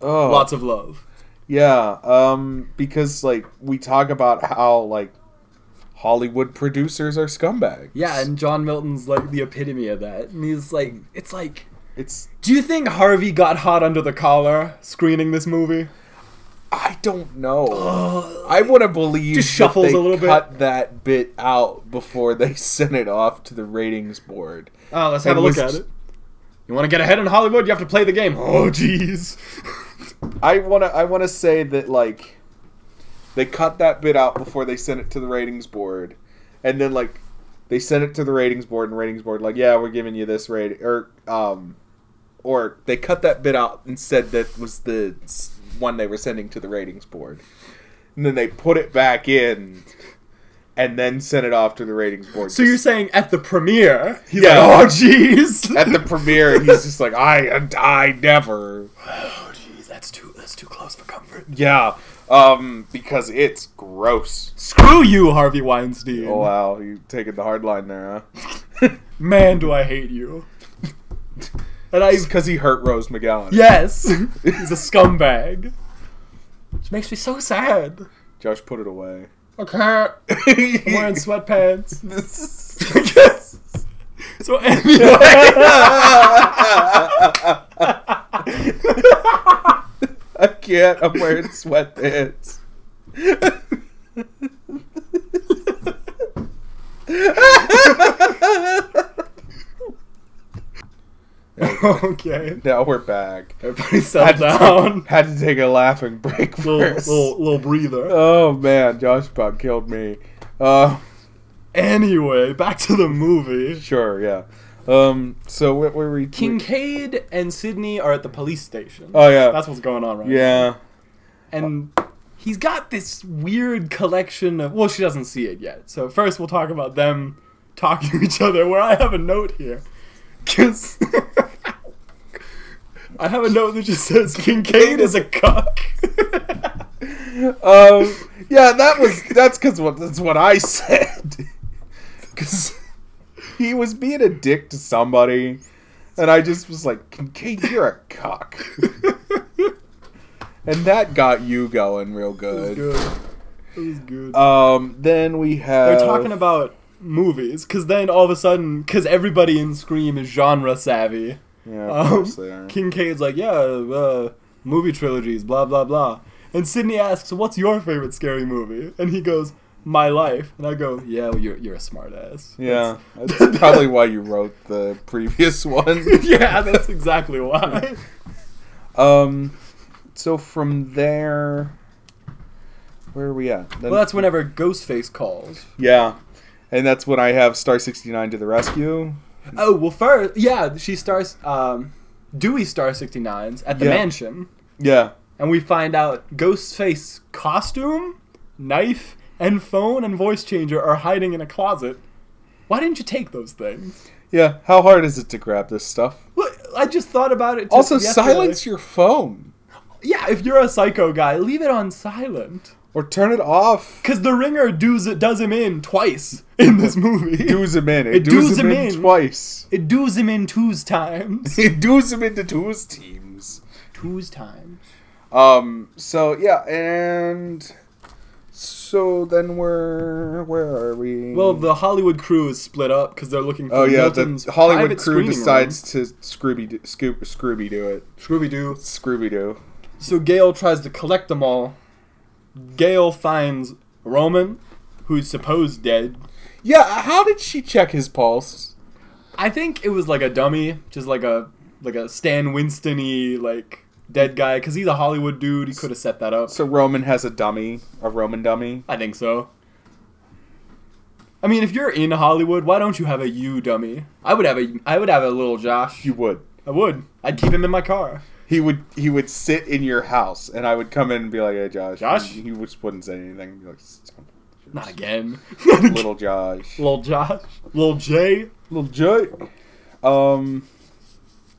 S1: oh,
S2: Lots of love.
S1: Yeah, um, because like we talk about how like Hollywood producers are scumbags.
S2: Yeah, and John Milton's like the epitome of that. And he's like, it's like,
S1: it's
S2: do you think Harvey got hot under the collar screening this movie?
S1: I don't know. I want to believe
S2: Just
S1: that
S2: shuffles
S1: they
S2: a little bit.
S1: cut that bit out before they sent it off to the ratings board.
S2: Oh, let's have
S1: It
S2: a look
S1: was-
S2: at it. You want to get ahead in Hollywood? You have to play the game. Oh, jeez.
S1: I want to I want to say that like they cut that bit out before they sent it to the ratings board and then like they sent it to the ratings board and ratings board like yeah we're giving you this rate or um or they cut that bit out and said that was the s- one they were sending to the ratings board and then they put it back in and then sent it off to the ratings board
S2: so you're saying at the premiere, he's
S1: Yeah.
S2: like, oh, jeez.
S1: at the premiere he's just like I I never
S2: oh, jeez, that's too, that's too close for comfort.
S1: yeah um because it's gross
S2: Screw you, Harvey Weinstein.
S1: Oh wow, you taking the hard line there, huh?
S2: Man, do I hate you. and I
S1: Because he hurt Rose McGowan.
S2: Yes, he's a scumbag. Which makes me so sad.
S1: Josh, put it away.
S2: Okay, I'm wearing sweatpants. So anyway,
S1: I can't. I'm wearing sweatpants.
S2: okay.
S1: now we're back.
S2: Everybody settle down.
S1: Had to take a laughing break
S2: Little,
S1: first.
S2: little, little breather.
S1: Oh man, Josh about killed me. Uh,
S2: Anyway, back to the movie.
S1: sure, yeah. Um, so what were we?
S2: Kincaid and Sydney are at the police station.
S1: Oh yeah,
S2: That's what's going on right now.
S1: yeah.
S2: and he's got this weird collection of well she doesn't see it yet so first we'll talk about them talking to each other where i have a note here 'Cause- i have a note that just says kincaid is a cuck
S1: Um, yeah, that was that's because what that's what I said. Because he was being a dick to somebody, and I just was like, "Kincaid, you're a cock." and that got you going real
S2: It was
S1: good.
S2: good. It was good.
S1: Um, then we have.
S2: They're talking about movies, because then all of a sudden, because everybody in Scream is genre savvy.
S1: Yeah, of
S2: Um,
S1: course they are.
S2: Kincaid's like, yeah, uh, movie trilogies, blah blah blah. And Sydney asks, "What's your favorite scary movie?" And he goes, "My life." And I go, "Yeah, well, you're you're a smartass."
S1: Yeah, that's probably why you wrote the previous one.
S2: That's- yeah, that's exactly why.
S1: Um, so from there, where are we at? Then-
S2: Well, that's whenever Ghostface calls.
S1: yeah, and that's when I have Star sixty nine to the rescue.
S2: Oh well, first, yeah, she stars um, Dewey Star 69s at the
S1: Yeah.
S2: mansion,
S1: Yeah,
S2: and we find out Ghostface costume, knife, and phone and voice changer are hiding in a closet. Why didn't you take those things?
S1: yeah. How hard is it to grab this stuff?
S2: Well, I just thought about it. Just
S1: Also,
S2: yesterday.
S1: silence your phone
S2: Yeah, if you're a psycho guy, leave it on silent.
S1: or turn it off.
S2: Cause the ringer does it does him in twice in this movie.
S1: Doos him in. It,
S2: It
S1: doos, him, in, twice.
S2: It does him in two's times.
S1: It doos him into twos teams.
S2: two's times.
S1: Um. So yeah, and so then we're where are we?
S2: Well, the Hollywood crew is split up because they're looking for
S1: oh yeah,
S2: Milton's
S1: the Hollywood
S2: private
S1: crew
S2: screening
S1: decides to Scooby Scoop Scooby do it.
S2: room. Scooby Doo.
S1: Scooby Doo.
S2: So Gail tries to collect them all. Gail finds Roman, who's supposed dead.
S1: Yeah. How did she check his pulse?
S2: I think it was like a dummy, just like a like a Stan Winston-y like dead guy because he's a Hollywood dude. He could have set that up.
S1: So Roman has a dummy, a Roman dummy.
S2: I think so. I mean, if you're in Hollywood, why don't you have a you dummy? I would have a I would have a little Josh.
S1: You would.
S2: I would. I'd keep him in my car.
S1: He would. He would sit in your house, and I would come in and be like, "Hey, Josh."
S2: Josh?
S1: And he just wouldn't say anything. He'd Be like, "Son of a
S2: Not again.
S1: bitch." little Josh.
S2: little Josh, little Jay,
S1: Little Joy. Um.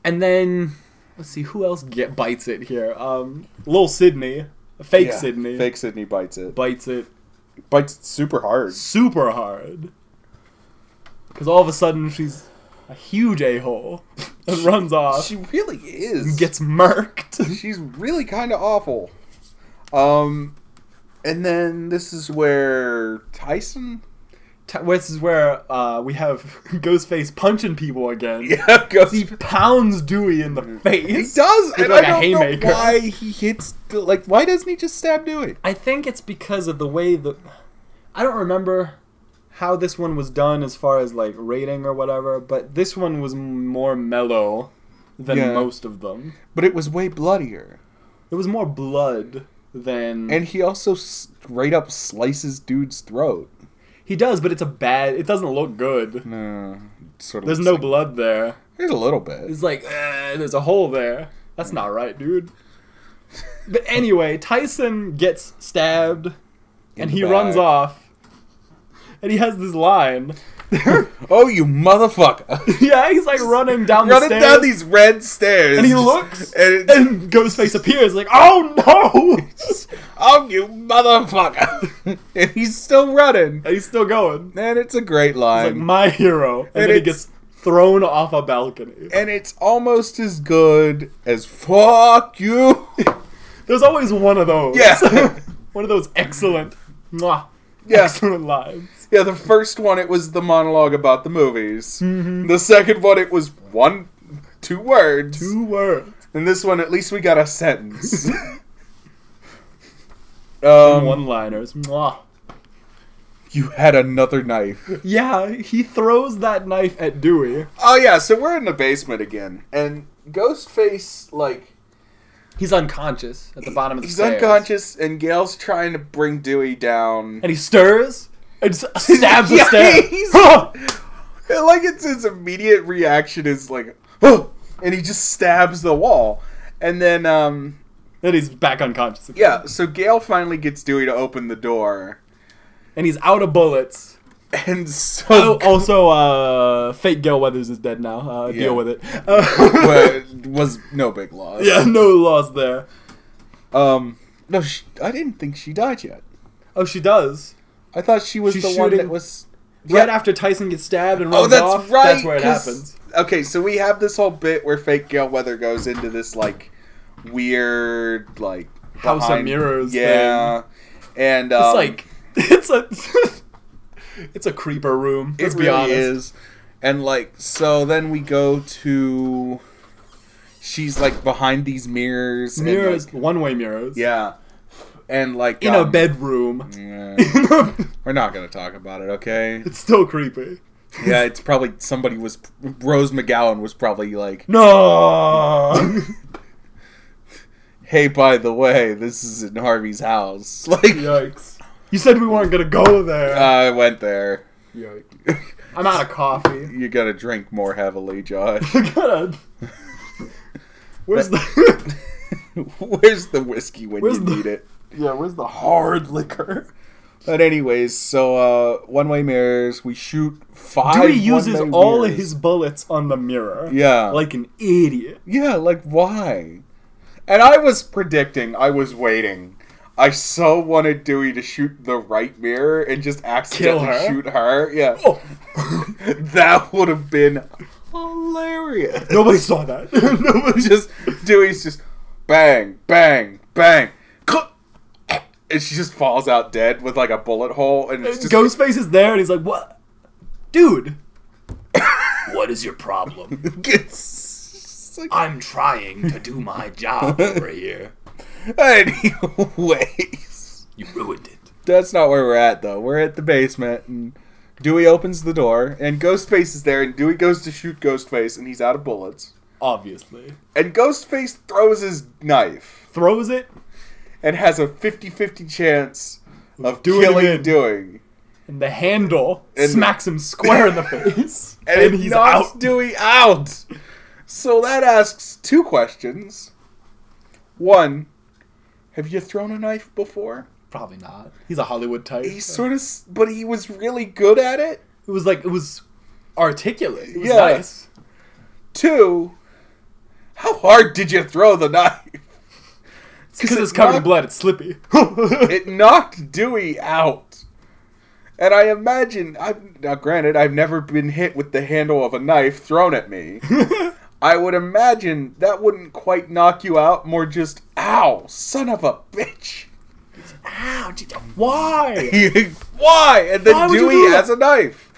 S2: and then let's see who else get bites it here. Um, little Sydney, fake
S1: yeah,
S2: Sydney,
S1: Fake Sydney bites it.
S2: bites it
S1: bites it super hard.
S2: super hard because all of a sudden she's a huge a hole and runs off,
S1: She really is.
S2: and gets murked.
S1: she's really kind of awful. Um, and then this is where Tyson.
S2: T- This is where uh, we have Ghostface punching people again.
S1: Yeah, goes.
S2: He
S1: He
S2: pounds Dewey in the
S1: he
S2: face.
S1: does. And
S2: like
S1: I
S2: a
S1: don't
S2: haymaker.
S1: know why he hits. the- Like, why doesn't he just stab Dewey?
S2: I think it's because of the way the. I don't remember how this one was done as far as like rating or whatever, but this one was m- more mellow than
S1: Yeah.
S2: most of them.
S1: But it was way bloodier.
S2: There was more blood than
S1: And he also straight up slices dude's throat.
S2: he does, but it's a bad. It doesn't look good.
S1: No, sort of.
S2: There's
S1: looks
S2: no
S1: like-
S2: blood there.
S1: There's a little bit.
S2: It's like "Uh, there's a hole there. That's not right, dude. But anyway, Tyson gets stabbed, and
S1: the
S2: he runs
S1: back.
S2: off, and he has this line.
S1: Oh, you motherfucker!
S2: yeah, he's like running down the
S1: running
S2: stairs.
S1: down these red stairs.
S2: and he
S1: just-
S2: looks,
S1: and,
S2: and,
S1: it-
S2: Ghostface appears, like, oh no!
S1: oh, you motherfucker! and he's still running.
S2: and he's still going.
S1: And it's a great
S2: He's like,
S1: line.
S2: my hero. And, then he
S1: it's-
S2: gets thrown off a balcony.
S1: and it's almost as good as fuck you.
S2: There's always one of those.
S1: Yeah.
S2: one of those excellent, mwah,
S1: Yeah.
S2: excellent lines.
S1: yeah, the first one it was the monologue about the movies.
S2: Mm-hmm.
S1: The second one it was one, two words.
S2: Two words.
S1: And this one at least we got a sentence. um,
S2: one liners. Mwah.
S1: you had another knife.
S2: Yeah, he throws that knife at Dewey.
S1: Oh yeah, so we're in the basement again, and Ghostface like
S2: He's unconscious at the bottom of the
S1: he's
S2: stairs.
S1: unconscious, and Gail's trying to bring Dewey down.
S2: And he stirs and s- stabs
S1: Yeah,
S2: a stair.
S1: he's-
S2: Huh!
S1: And, like it's his immediate reaction is like, oh, and he just stabs the wall, and then um
S2: Then he's back unconscious again.
S1: yeah, so Gail finally gets Dewey to open the door,
S2: And he's out of bullets.
S1: and so
S2: Oh, also, uh, fake Gail Weathers is dead now. Uh,
S1: Yeah.
S2: Deal with it. Uh,
S1: But was no big loss.
S2: yeah, no loss there.
S1: Um, no, she, I didn't think she died yet.
S2: Oh, she does.
S1: I thought she was
S2: She's
S1: the one that
S2: shooting-
S1: was.
S2: Right
S1: Yeah.
S2: after Tyson gets stabbed and runs
S1: Oh, that's
S2: off,
S1: right.
S2: that's where it
S1: 'cause-
S2: happens.
S1: Okay, so we have this whole bit where fake Gale Weather goes into this like weird like
S2: House of
S1: behind-
S2: Mirrors
S1: Yeah, and um,
S2: It's like it's a it's a creeper room. Let's
S1: it
S2: be
S1: really
S2: honest.
S1: is. And like so, then we go to. She's like behind these mirrors. and, like-
S2: Mirrors, one way mirrors.
S1: yeah, and like
S2: In a
S1: um,
S2: bedroom.
S1: yeah. We're not gonna talk about it, okay?
S2: it's still creepy.
S1: Yeah, it's probably somebody was Rose McGowan was probably like,
S2: No.
S1: "Hey, by the way, this is in Harvey's house." Like,
S2: Yikes. You said we weren't gonna go there.
S1: I went there.
S2: Yikes. I'm out of coffee.
S1: You gotta drink more heavily, Josh.
S2: I gotta. Where's the
S1: Where's the whiskey when
S2: Where's
S1: you
S2: the-
S1: need it?
S2: Yeah, where's the hard liquor?
S1: But anyways, so uh, one-way mirrors. We shoot five.
S2: Dewey uses
S1: one-way
S2: all of
S1: mirrors.
S2: his bullets on the mirror.
S1: Yeah, like
S2: Like an idiot.
S1: yeah, like why? And I was predicting. I was waiting. I so wanted Dewey to shoot the right mirror and just accidentally
S2: her?
S1: shoot her. Yeah.
S2: Oh.
S1: that would have been hilarious.
S2: Nobody saw that. Nobody.
S1: just Dewey's just bang, bang, bang, cl- and she just falls out dead with like a bullet hole, and it's just
S2: Ghostface is there and he's like, what? Dude. what is your problem?
S1: It's like-
S2: I'm trying to do my job over here.
S1: Anyways,
S2: You ruined it.
S1: that's not where we're at though. We're at the basement, and Dewey opens the door, and Ghostface is there, and Dewey goes to shoot Ghostface, and he's out of bullets,
S2: Obviously.
S1: and Ghostface throws his knife.
S2: Throws it
S1: and has a 50-50 chance of
S2: Doing
S1: killing
S2: it.
S1: Dewey.
S2: and the handle
S1: And-
S2: smacks him square in the face.
S1: And, it
S2: he's
S1: knocks
S2: out.
S1: Dewey out. So that asks two questions. One, have you thrown a knife before?
S2: Probably not. He's a Hollywood type.
S1: He sort of, but he was really good at it.
S2: It was like it was articulate. It was
S1: Yeah.
S2: nice.
S1: Two, how hard did you throw the knife?
S2: Because it's covered in
S1: knocked-
S2: blood, it's slippy.
S1: it knocked Dewey out. And I imagine, I, now granted, I've never been hit with the handle of a knife thrown at me. I would imagine that wouldn't quite knock you out, more just, ow, son of a bitch.
S2: Ow, did- why?
S1: Why? And then
S2: Why would you
S1: Dewey
S2: do that?
S1: has a knife.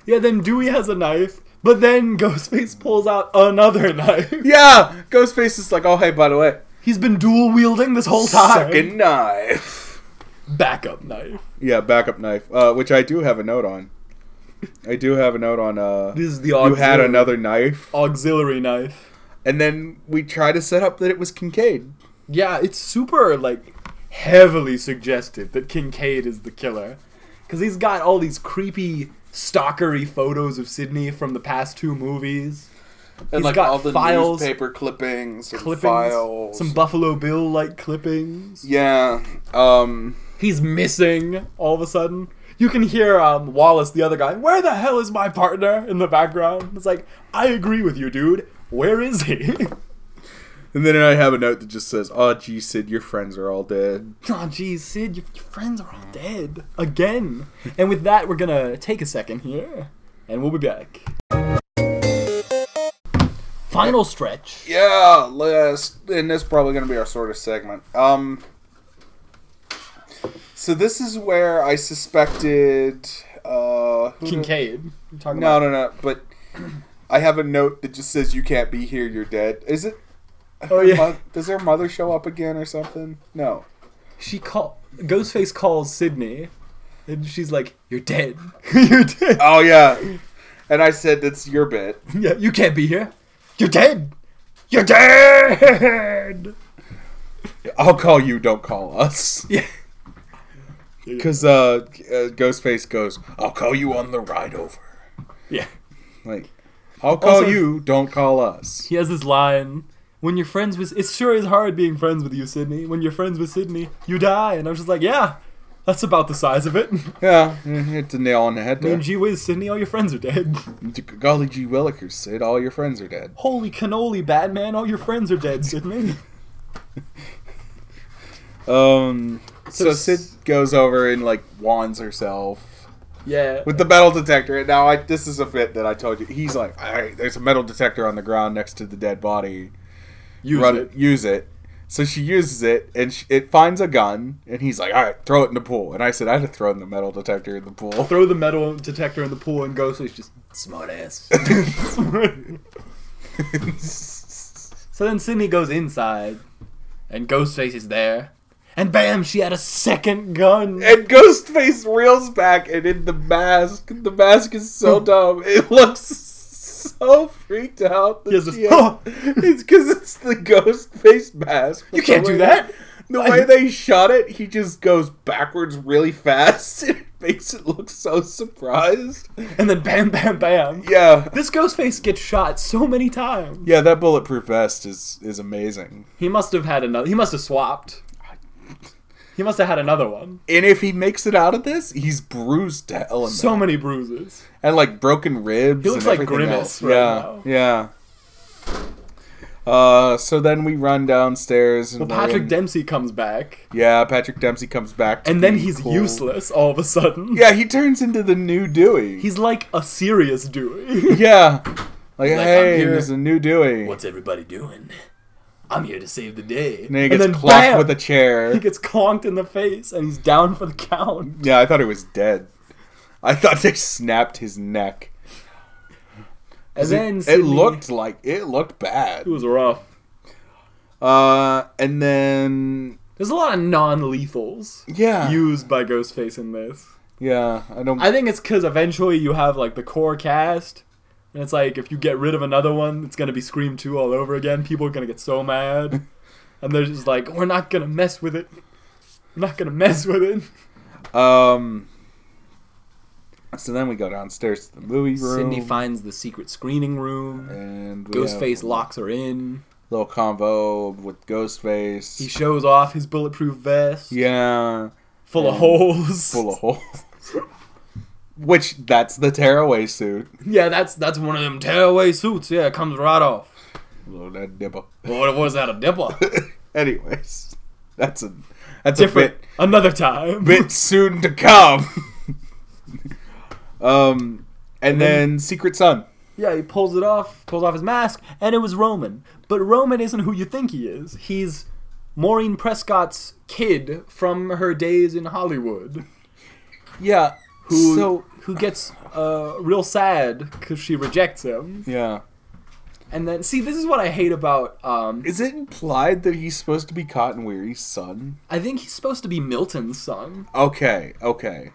S2: yeah, then Dewey has a knife, but then Ghostface pulls out another knife.
S1: yeah, Ghostface is like, oh, hey, by the way,
S2: He's been dual wielding this whole time.
S1: second knife.
S2: Backup knife.
S1: Yeah, backup knife, uh, which I do have a note on. I do have a note on, uh,
S2: This is the
S1: you had
S2: auxiliary-
S1: another knife.
S2: auxiliary knife.
S1: And then we try to set up that it was Kincaid.
S2: Yeah, it's super like heavily suggestive that Kincaid is the killer, because he's got all these creepy stalkery photos of Sydney from the past two movies,
S1: And
S2: like, all the
S1: newspaper clippings, and
S2: clippings,
S1: files.
S2: some Buffalo Bill like clippings.
S1: yeah. Um.
S2: He's missing all of a sudden. You can hear um, Wallace, the other guy. Where the hell is my partner? In the background, it's like I agree with you, dude. Where is he?
S1: And then I have a note that just says, "Oh, gee, Sid, your friends are all dead."
S2: Oh, geez, Sid, your, your friends are all dead. Again. And with that, we're gonna take a second here, and we'll be back. Final stretch.
S1: Yeah. Last, and that's probably gonna be our sort of segment. Um. So this is where I suspected. Uh, who did-
S2: Kincaid. You're talking
S1: No,
S2: about
S1: no, no. But I have a note that just says, "You can't be here. You're dead." Is it?
S2: Oh, yeah.
S1: Mo- Does her mother show up again or something? No.
S2: She call Ghostface calls Sydney, and she's like, "You're dead. You're dead.
S1: Oh yeah. And I said that's your bit.
S2: yeah, you can't be here. You're dead. You're dead."
S1: I'll call you, don't call us.
S2: Yeah.
S1: Cuz uh, uh Ghostface goes, "I'll call you on the ride over."
S2: Yeah.
S1: Like I'll call
S2: Also-
S1: you, don't call us.
S2: He has this line. When you're friends with, it sure is hard being friends with you, Sydney. When you're friends with Sydney, you die. And I was just like, yeah, that's about the size of it.
S1: Yeah, mm, it's a nail on the head there.
S2: And gee whiz, Sydney, all your friends are dead.
S1: Golly gee willikers, Sid, all your friends are dead.
S2: Holy cannoli, Batman, all your friends are dead, Sydney.
S1: Um so,
S2: So
S1: Sid
S2: s-
S1: goes over and like wands herself
S2: Yeah.
S1: with the metal detector. And now I this is a bit that I told you. He's like, "All right, there's a metal detector on the ground next to the dead body."
S2: Use
S1: run
S2: it.
S1: use it. So she uses it, and she, it finds a gun, and he's like, "All right, throw it in the pool." And I said, "I'd have thrown the metal detector in the pool."
S2: Throw the metal detector in the pool and go. So he's just smart ass. so then Sydney goes inside, and Ghostface is there, and bam, she had a second gun.
S1: and Ghostface reels back, and in the mask, the mask is so dumb. It looks so freaked out. that
S2: He has this,
S1: she has- it's because it's the Ghostface mask.
S2: you can't do that.
S1: The
S2: I-
S1: way they shot it, he just goes backwards really fast. It makes it look so surprised.
S2: And then bam, bam, bam.
S1: Yeah.
S2: This Ghostface gets shot so many times.
S1: Yeah, that bulletproof vest is is amazing.
S2: He must have had another. He must have swapped. He must have had another one.
S1: And if he makes it out of this, he's bruised to hell in
S2: So
S1: there.
S2: many bruises.
S1: and like broken ribs.
S2: He looks
S1: and
S2: like
S1: everything else.
S2: Grimace right now.
S1: yeah, yeah. Uh, so then we run downstairs and
S2: Well,
S1: we're
S2: Patrick
S1: in-
S2: Dempsey comes back,
S1: Yeah, Patrick Dempsey comes back, to
S2: and then
S1: be
S2: he's
S1: cool.
S2: useless all of a sudden.
S1: Yeah, he turns into the new Dewey.
S2: He's like a serious Dewey.
S1: yeah, like,
S2: I'm
S1: hey,
S2: here.
S1: there's a new Dewey.
S2: everybody doing? I'm here to save the day.
S1: and then he gets clocked
S2: bam,
S1: with a chair.
S2: He gets conked in the face, and he's down for the count.
S1: Yeah, I thought he was dead. I thought they snapped his neck.
S2: And then
S1: it
S2: Sydney-
S1: looked like it looked bad.
S2: It was rough.
S1: Uh, and then
S2: There's a lot of non-lethals
S1: yeah,
S2: used by Ghostface in this.
S1: yeah. I don't.
S2: I think it's because eventually you have like the core cast, and it's like if you get rid of another one, it's gonna be Scream Two all over again. People are gonna get so mad, and they're just like, "We're not gonna mess with it. We're not gonna mess with it."
S1: Um. So then we go downstairs to the movie room.
S2: Sydney finds the secret screening room.
S1: and we
S2: Ghostface
S1: have
S2: locks her in.
S1: a little convo with Ghostface.
S2: He shows off his bulletproof vest,
S1: yeah,
S2: full of
S1: Yeah.
S2: holes.
S1: full of holes. Which that's the tearaway suit.
S2: yeah, that's that's one of them tearaway suits. Yeah, it comes right off.
S1: Little dead dipper.
S2: What was that a dipper?
S1: Anyways, that's a that's a
S2: Different.
S1: bit
S2: Another time.
S1: bit soon to come. um, and, then, Secret Sun.
S2: Yeah, he pulls it off, pulls off his mask, and it was Roman. But Roman isn't who you think he is. He's Maureen Prescott's kid from her days in Hollywood,
S1: Yeah.
S2: who
S1: So
S2: who gets uh, real sad because she rejects him.
S1: yeah.
S2: And then, see, this is what I hate about. Um,
S1: Is it implied that he's supposed to be Cotton Weary's son?
S2: I think he's supposed to be Milton's son,
S1: Okay, okay.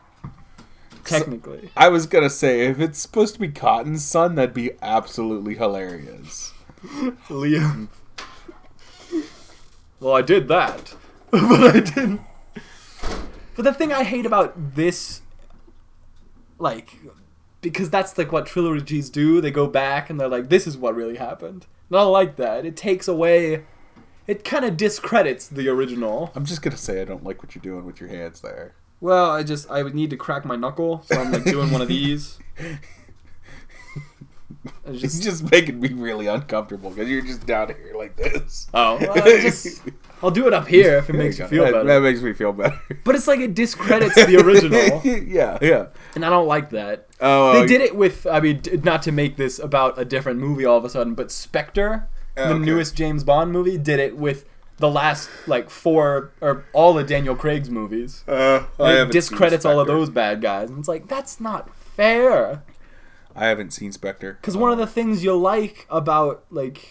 S2: technically.
S1: I was gonna say if it's supposed to be Cotton's son, that'd be absolutely hilarious.
S2: Liam. Well, I did that, but I didn't. But the thing I hate about this, like, because that's like what trilogies do. They go back and they're like, "This is what really happened." Not like that. It takes away. It kind of discredits the original.
S1: I'm just gonna say I don't like what you're doing with your hands there.
S2: Well, I just I would need to crack my knuckle, so I'm like doing one of these. I
S1: It's
S2: just,
S1: just making me really uncomfortable because you're just down here like this.
S2: oh, I just I'll do it up here if it
S1: There
S2: makes
S1: you go.
S2: you feel
S1: that,
S2: better.
S1: That makes me feel better.
S2: But it's like it discredits the original,
S1: yeah, yeah.
S2: and I don't like that.
S1: Oh,
S2: They did it with, I mean, d- not to make this about a different movie all of a sudden, but Spectre, the
S1: Oh, Okay.
S2: newest James Bond movie, did it with the last, like, four, or all of Daniel Craig's movies.
S1: Uh,
S2: And
S1: I
S2: it
S1: haven't
S2: discredits
S1: seen
S2: all of
S1: Spectre.
S2: those bad guys. And it's like, that's not fair.
S1: I haven't seen Spectre
S2: Because one of the things you like about, like,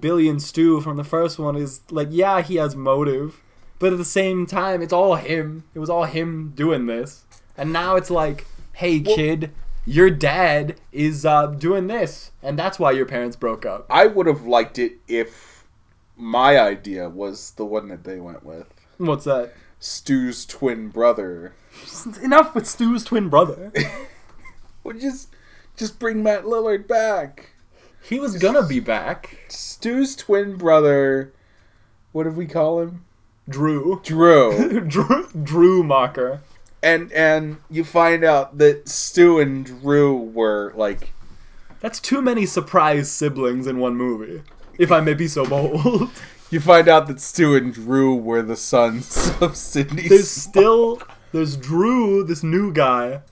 S2: Billy and Stu from the first one is, like, yeah, he has motive, but at the same time, it's all him. It was all him doing this. And now it's like, hey, kid, your dad is uh, doing this, and that's why your parents broke up.
S1: I would have liked it if my idea was the one that they went with.
S2: What's that?
S1: Stu's twin brother.
S2: Enough with Stu's twin brother.
S1: Well, just, just bring Matt Lillard back.
S2: He was gonna be back.
S1: Stu's twin brother. What did we call him?
S2: Drew.
S1: Drew.
S2: Drew, Drew Mocker.
S1: and and you find out that Stu and Drew were like
S2: That's too many surprise siblings in one movie, if I may be so bold.
S1: you find out that Stu and Drew were the sons of Sydney.
S2: There's
S1: Smith.
S2: still There's Drew, this new guy,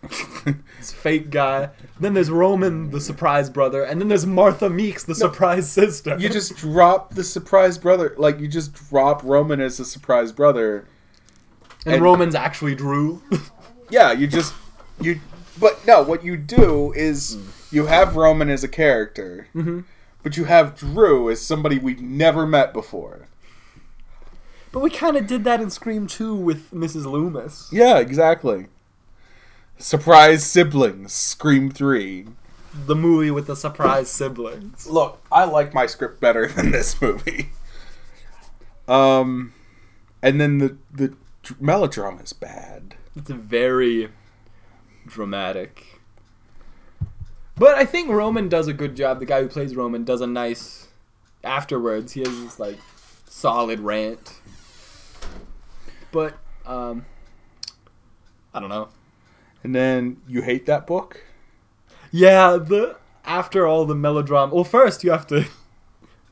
S2: this fake guy. Then there's Roman, the surprise brother, and then there's Martha Meeks, the surprise sister.
S1: you just drop the surprise brother. Like you just drop Roman as a surprise brother.
S2: and,
S1: and-
S2: Roman's actually Drew.
S1: Yeah, you just you. But no, what you do is you have Roman as a character, but you have Drew as somebody we've never met before.
S2: but we kind of did that in Scream 2 with Mrs. Loomis.
S1: Yeah, exactly. Surprise siblings, Scream Three.
S2: The movie with the surprise siblings.
S1: Look, I like my script better than this movie. Um, and then the the dr- melodrama is bad.
S2: It's very dramatic. But I think Roman does a good job. The guy who plays Roman does a nice afterwards. He has this like solid rant. But um I don't know.
S1: And then you hate that book.
S2: Yeah, the after all the melodrama. Well, first you have to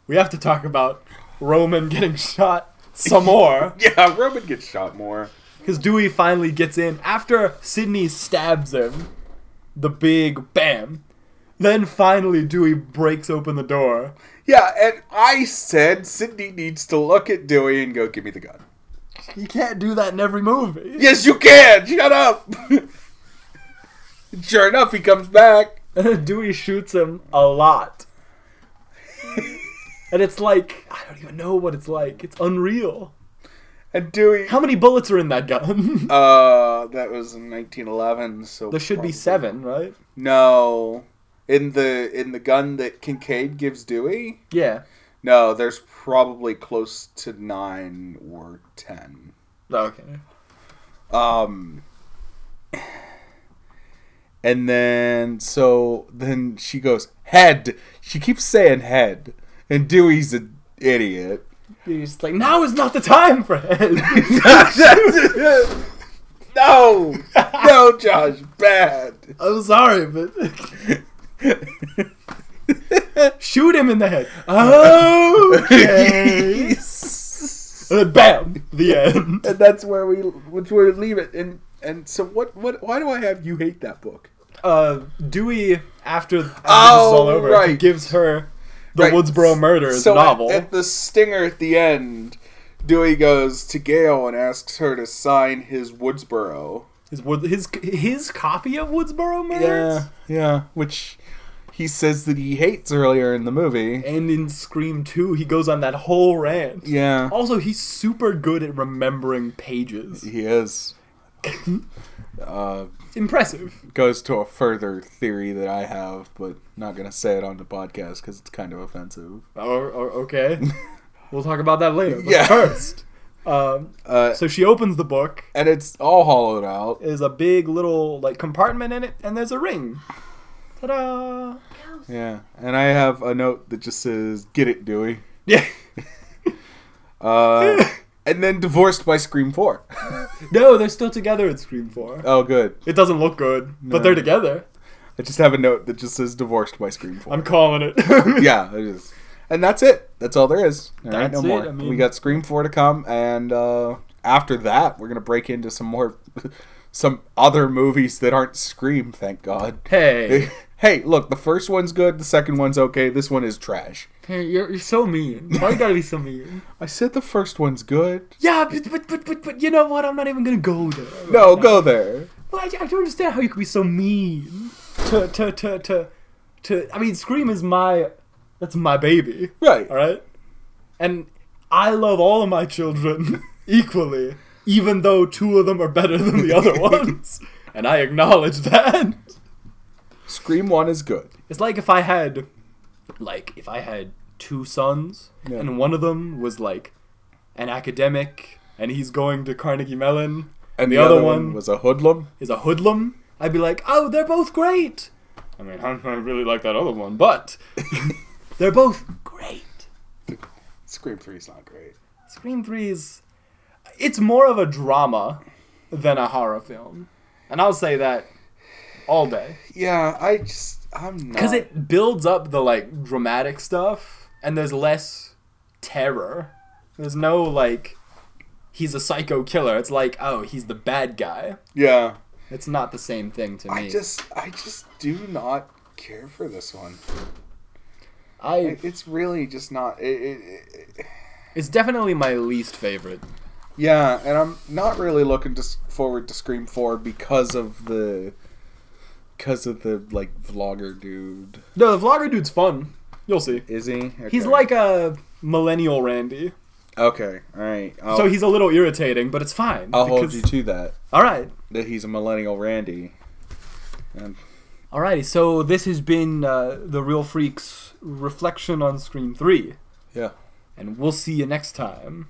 S2: we have to talk about Roman getting shot some more.
S1: Yeah, Roman gets shot more.
S2: Because Dewey finally gets in after Sydney stabs him. The big bam. Then finally Dewey breaks open the door.
S1: Yeah, and I said Sydney needs to look at Dewey and go, "Give me the gun."
S2: You can't do that in every movie.
S1: Yes, you can. Shut up. sure enough, he comes back.
S2: Dewey shoots him a lot. and it's like, I don't even know what it's like. It's unreal.
S1: And Dewey,
S2: How many bullets are in that gun?
S1: uh, that was in 1911. So
S2: there should be
S1: probably-
S2: seven, right?
S1: No, in the in the gun that Kincaid gives Dewey.
S2: Yeah.
S1: No, there's probably close to nine or ten.
S2: Okay.
S1: Um, and then so then she goes head. She keeps saying head, and Dewey's an idiot.
S2: He's just like, now is not the time for it.
S1: no, no, Josh, bad.
S2: I'm sorry, but shoot him in the head. Okay. and then bam, the end.
S1: and that's where we that's where we leave it. And and so what? What? Why do I have you hate that book?
S2: Uh, Dewey, after, after this is
S1: Oh,
S2: all over,
S1: right.
S2: gives her the
S1: Right.
S2: Woodsboro Murder
S1: so
S2: novel.
S1: At, at the stinger at the end, Dewey goes to Gail and asks her to sign his Woodsboro.
S2: his, Wood- his his copy of Woodsboro Murders?
S1: yeah. Which he says that he hates earlier in the movie.
S2: And in Scream 2, he goes on that whole rant.
S1: Yeah,
S2: Also, he's super good at remembering pages.
S1: he is. Uh,
S2: Impressive.
S1: goes to a further theory that I have, but not gonna say it on the podcast because it's kind of offensive.
S2: Or, or, Oh, okay. we'll talk about that later. But
S1: Yeah.
S2: First, um,
S1: Uh,
S2: so she opens the book.
S1: and it's all hollowed out.
S2: There's a big little like compartment in it, and there's a ring. Ta-da!
S1: Yeah, and I have a note that just says, "Get it, Dewey."
S2: Yeah.
S1: Uh, and then divorced by Scream Four.
S2: No, they're still together in Scream Four.
S1: Oh, good.
S2: It doesn't look good,
S1: No.
S2: but they're together.
S1: I just have a note that just says divorced by Scream 4.
S2: I'm calling it.
S1: yeah, it is. And that's it. That's all there is. All right,
S2: That's
S1: no
S2: it,
S1: more.
S2: I mean-
S1: We got Scream 4 to come, and uh, after that, we're going to break into some more, some other movies that aren't Scream, thank God.
S2: Hey,
S1: hey, look, the first one's good, the second one's okay, this one is trash.
S2: hey, you're, you're so mean. Why you gotta be so mean?
S1: I said the first one's good.
S2: Yeah, but but but but, but you know what? I'm not even gonna go there.
S1: No, go there.
S2: Well, I, I don't understand how you can be so mean to to to to to. I mean, Scream is my that's my baby,
S1: Right.
S2: all right, and I love all of my children equally, even though two of them are better than the other ones, and I acknowledge that.
S1: Scream 1 is good.
S2: It's like if I had, like, if I had two sons,
S1: Yeah.
S2: and one of them was like an academic, and he's going to Carnegie Mellon,
S1: And
S2: the other one-
S1: was a hoodlum.
S2: is a hoodlum, I'd be like, oh, they're both great. I mean, I I really like that other one, but they're both great.
S1: Scream 3 is not great.
S2: Scream 3 is. It's more of a drama than a horror film. And I'll say that all day. Uh,
S1: Yeah, I just, I'm not.
S2: Because it builds up the, like, dramatic stuff, and there's less terror. There's no, like, he's a psycho killer. It's like, oh, he's the bad guy.
S1: Yeah.
S2: It's not the same thing to me.
S1: I just I just do not care for this one.
S2: I
S1: It, it's really just not. It, it, it,
S2: it's definitely my least favorite.
S1: yeah, and I'm not really looking to, s- forward to Scream Four because of the because of the like vlogger dude.
S2: No, the vlogger dude's fun. You'll see.
S1: Is he?
S2: He's
S1: Okay.
S2: like a millennial Randy.
S1: okay, all right. I'll,
S2: So he's a little irritating, but it's fine.
S1: Oh. I'll hold
S2: because-
S1: you to that
S2: All right.
S1: that he's a millennial Randy. And
S2: Alrighty, so this has been uh, The Real Freaks reflection on Scream 3,
S1: yeah.
S2: and we'll see you next time.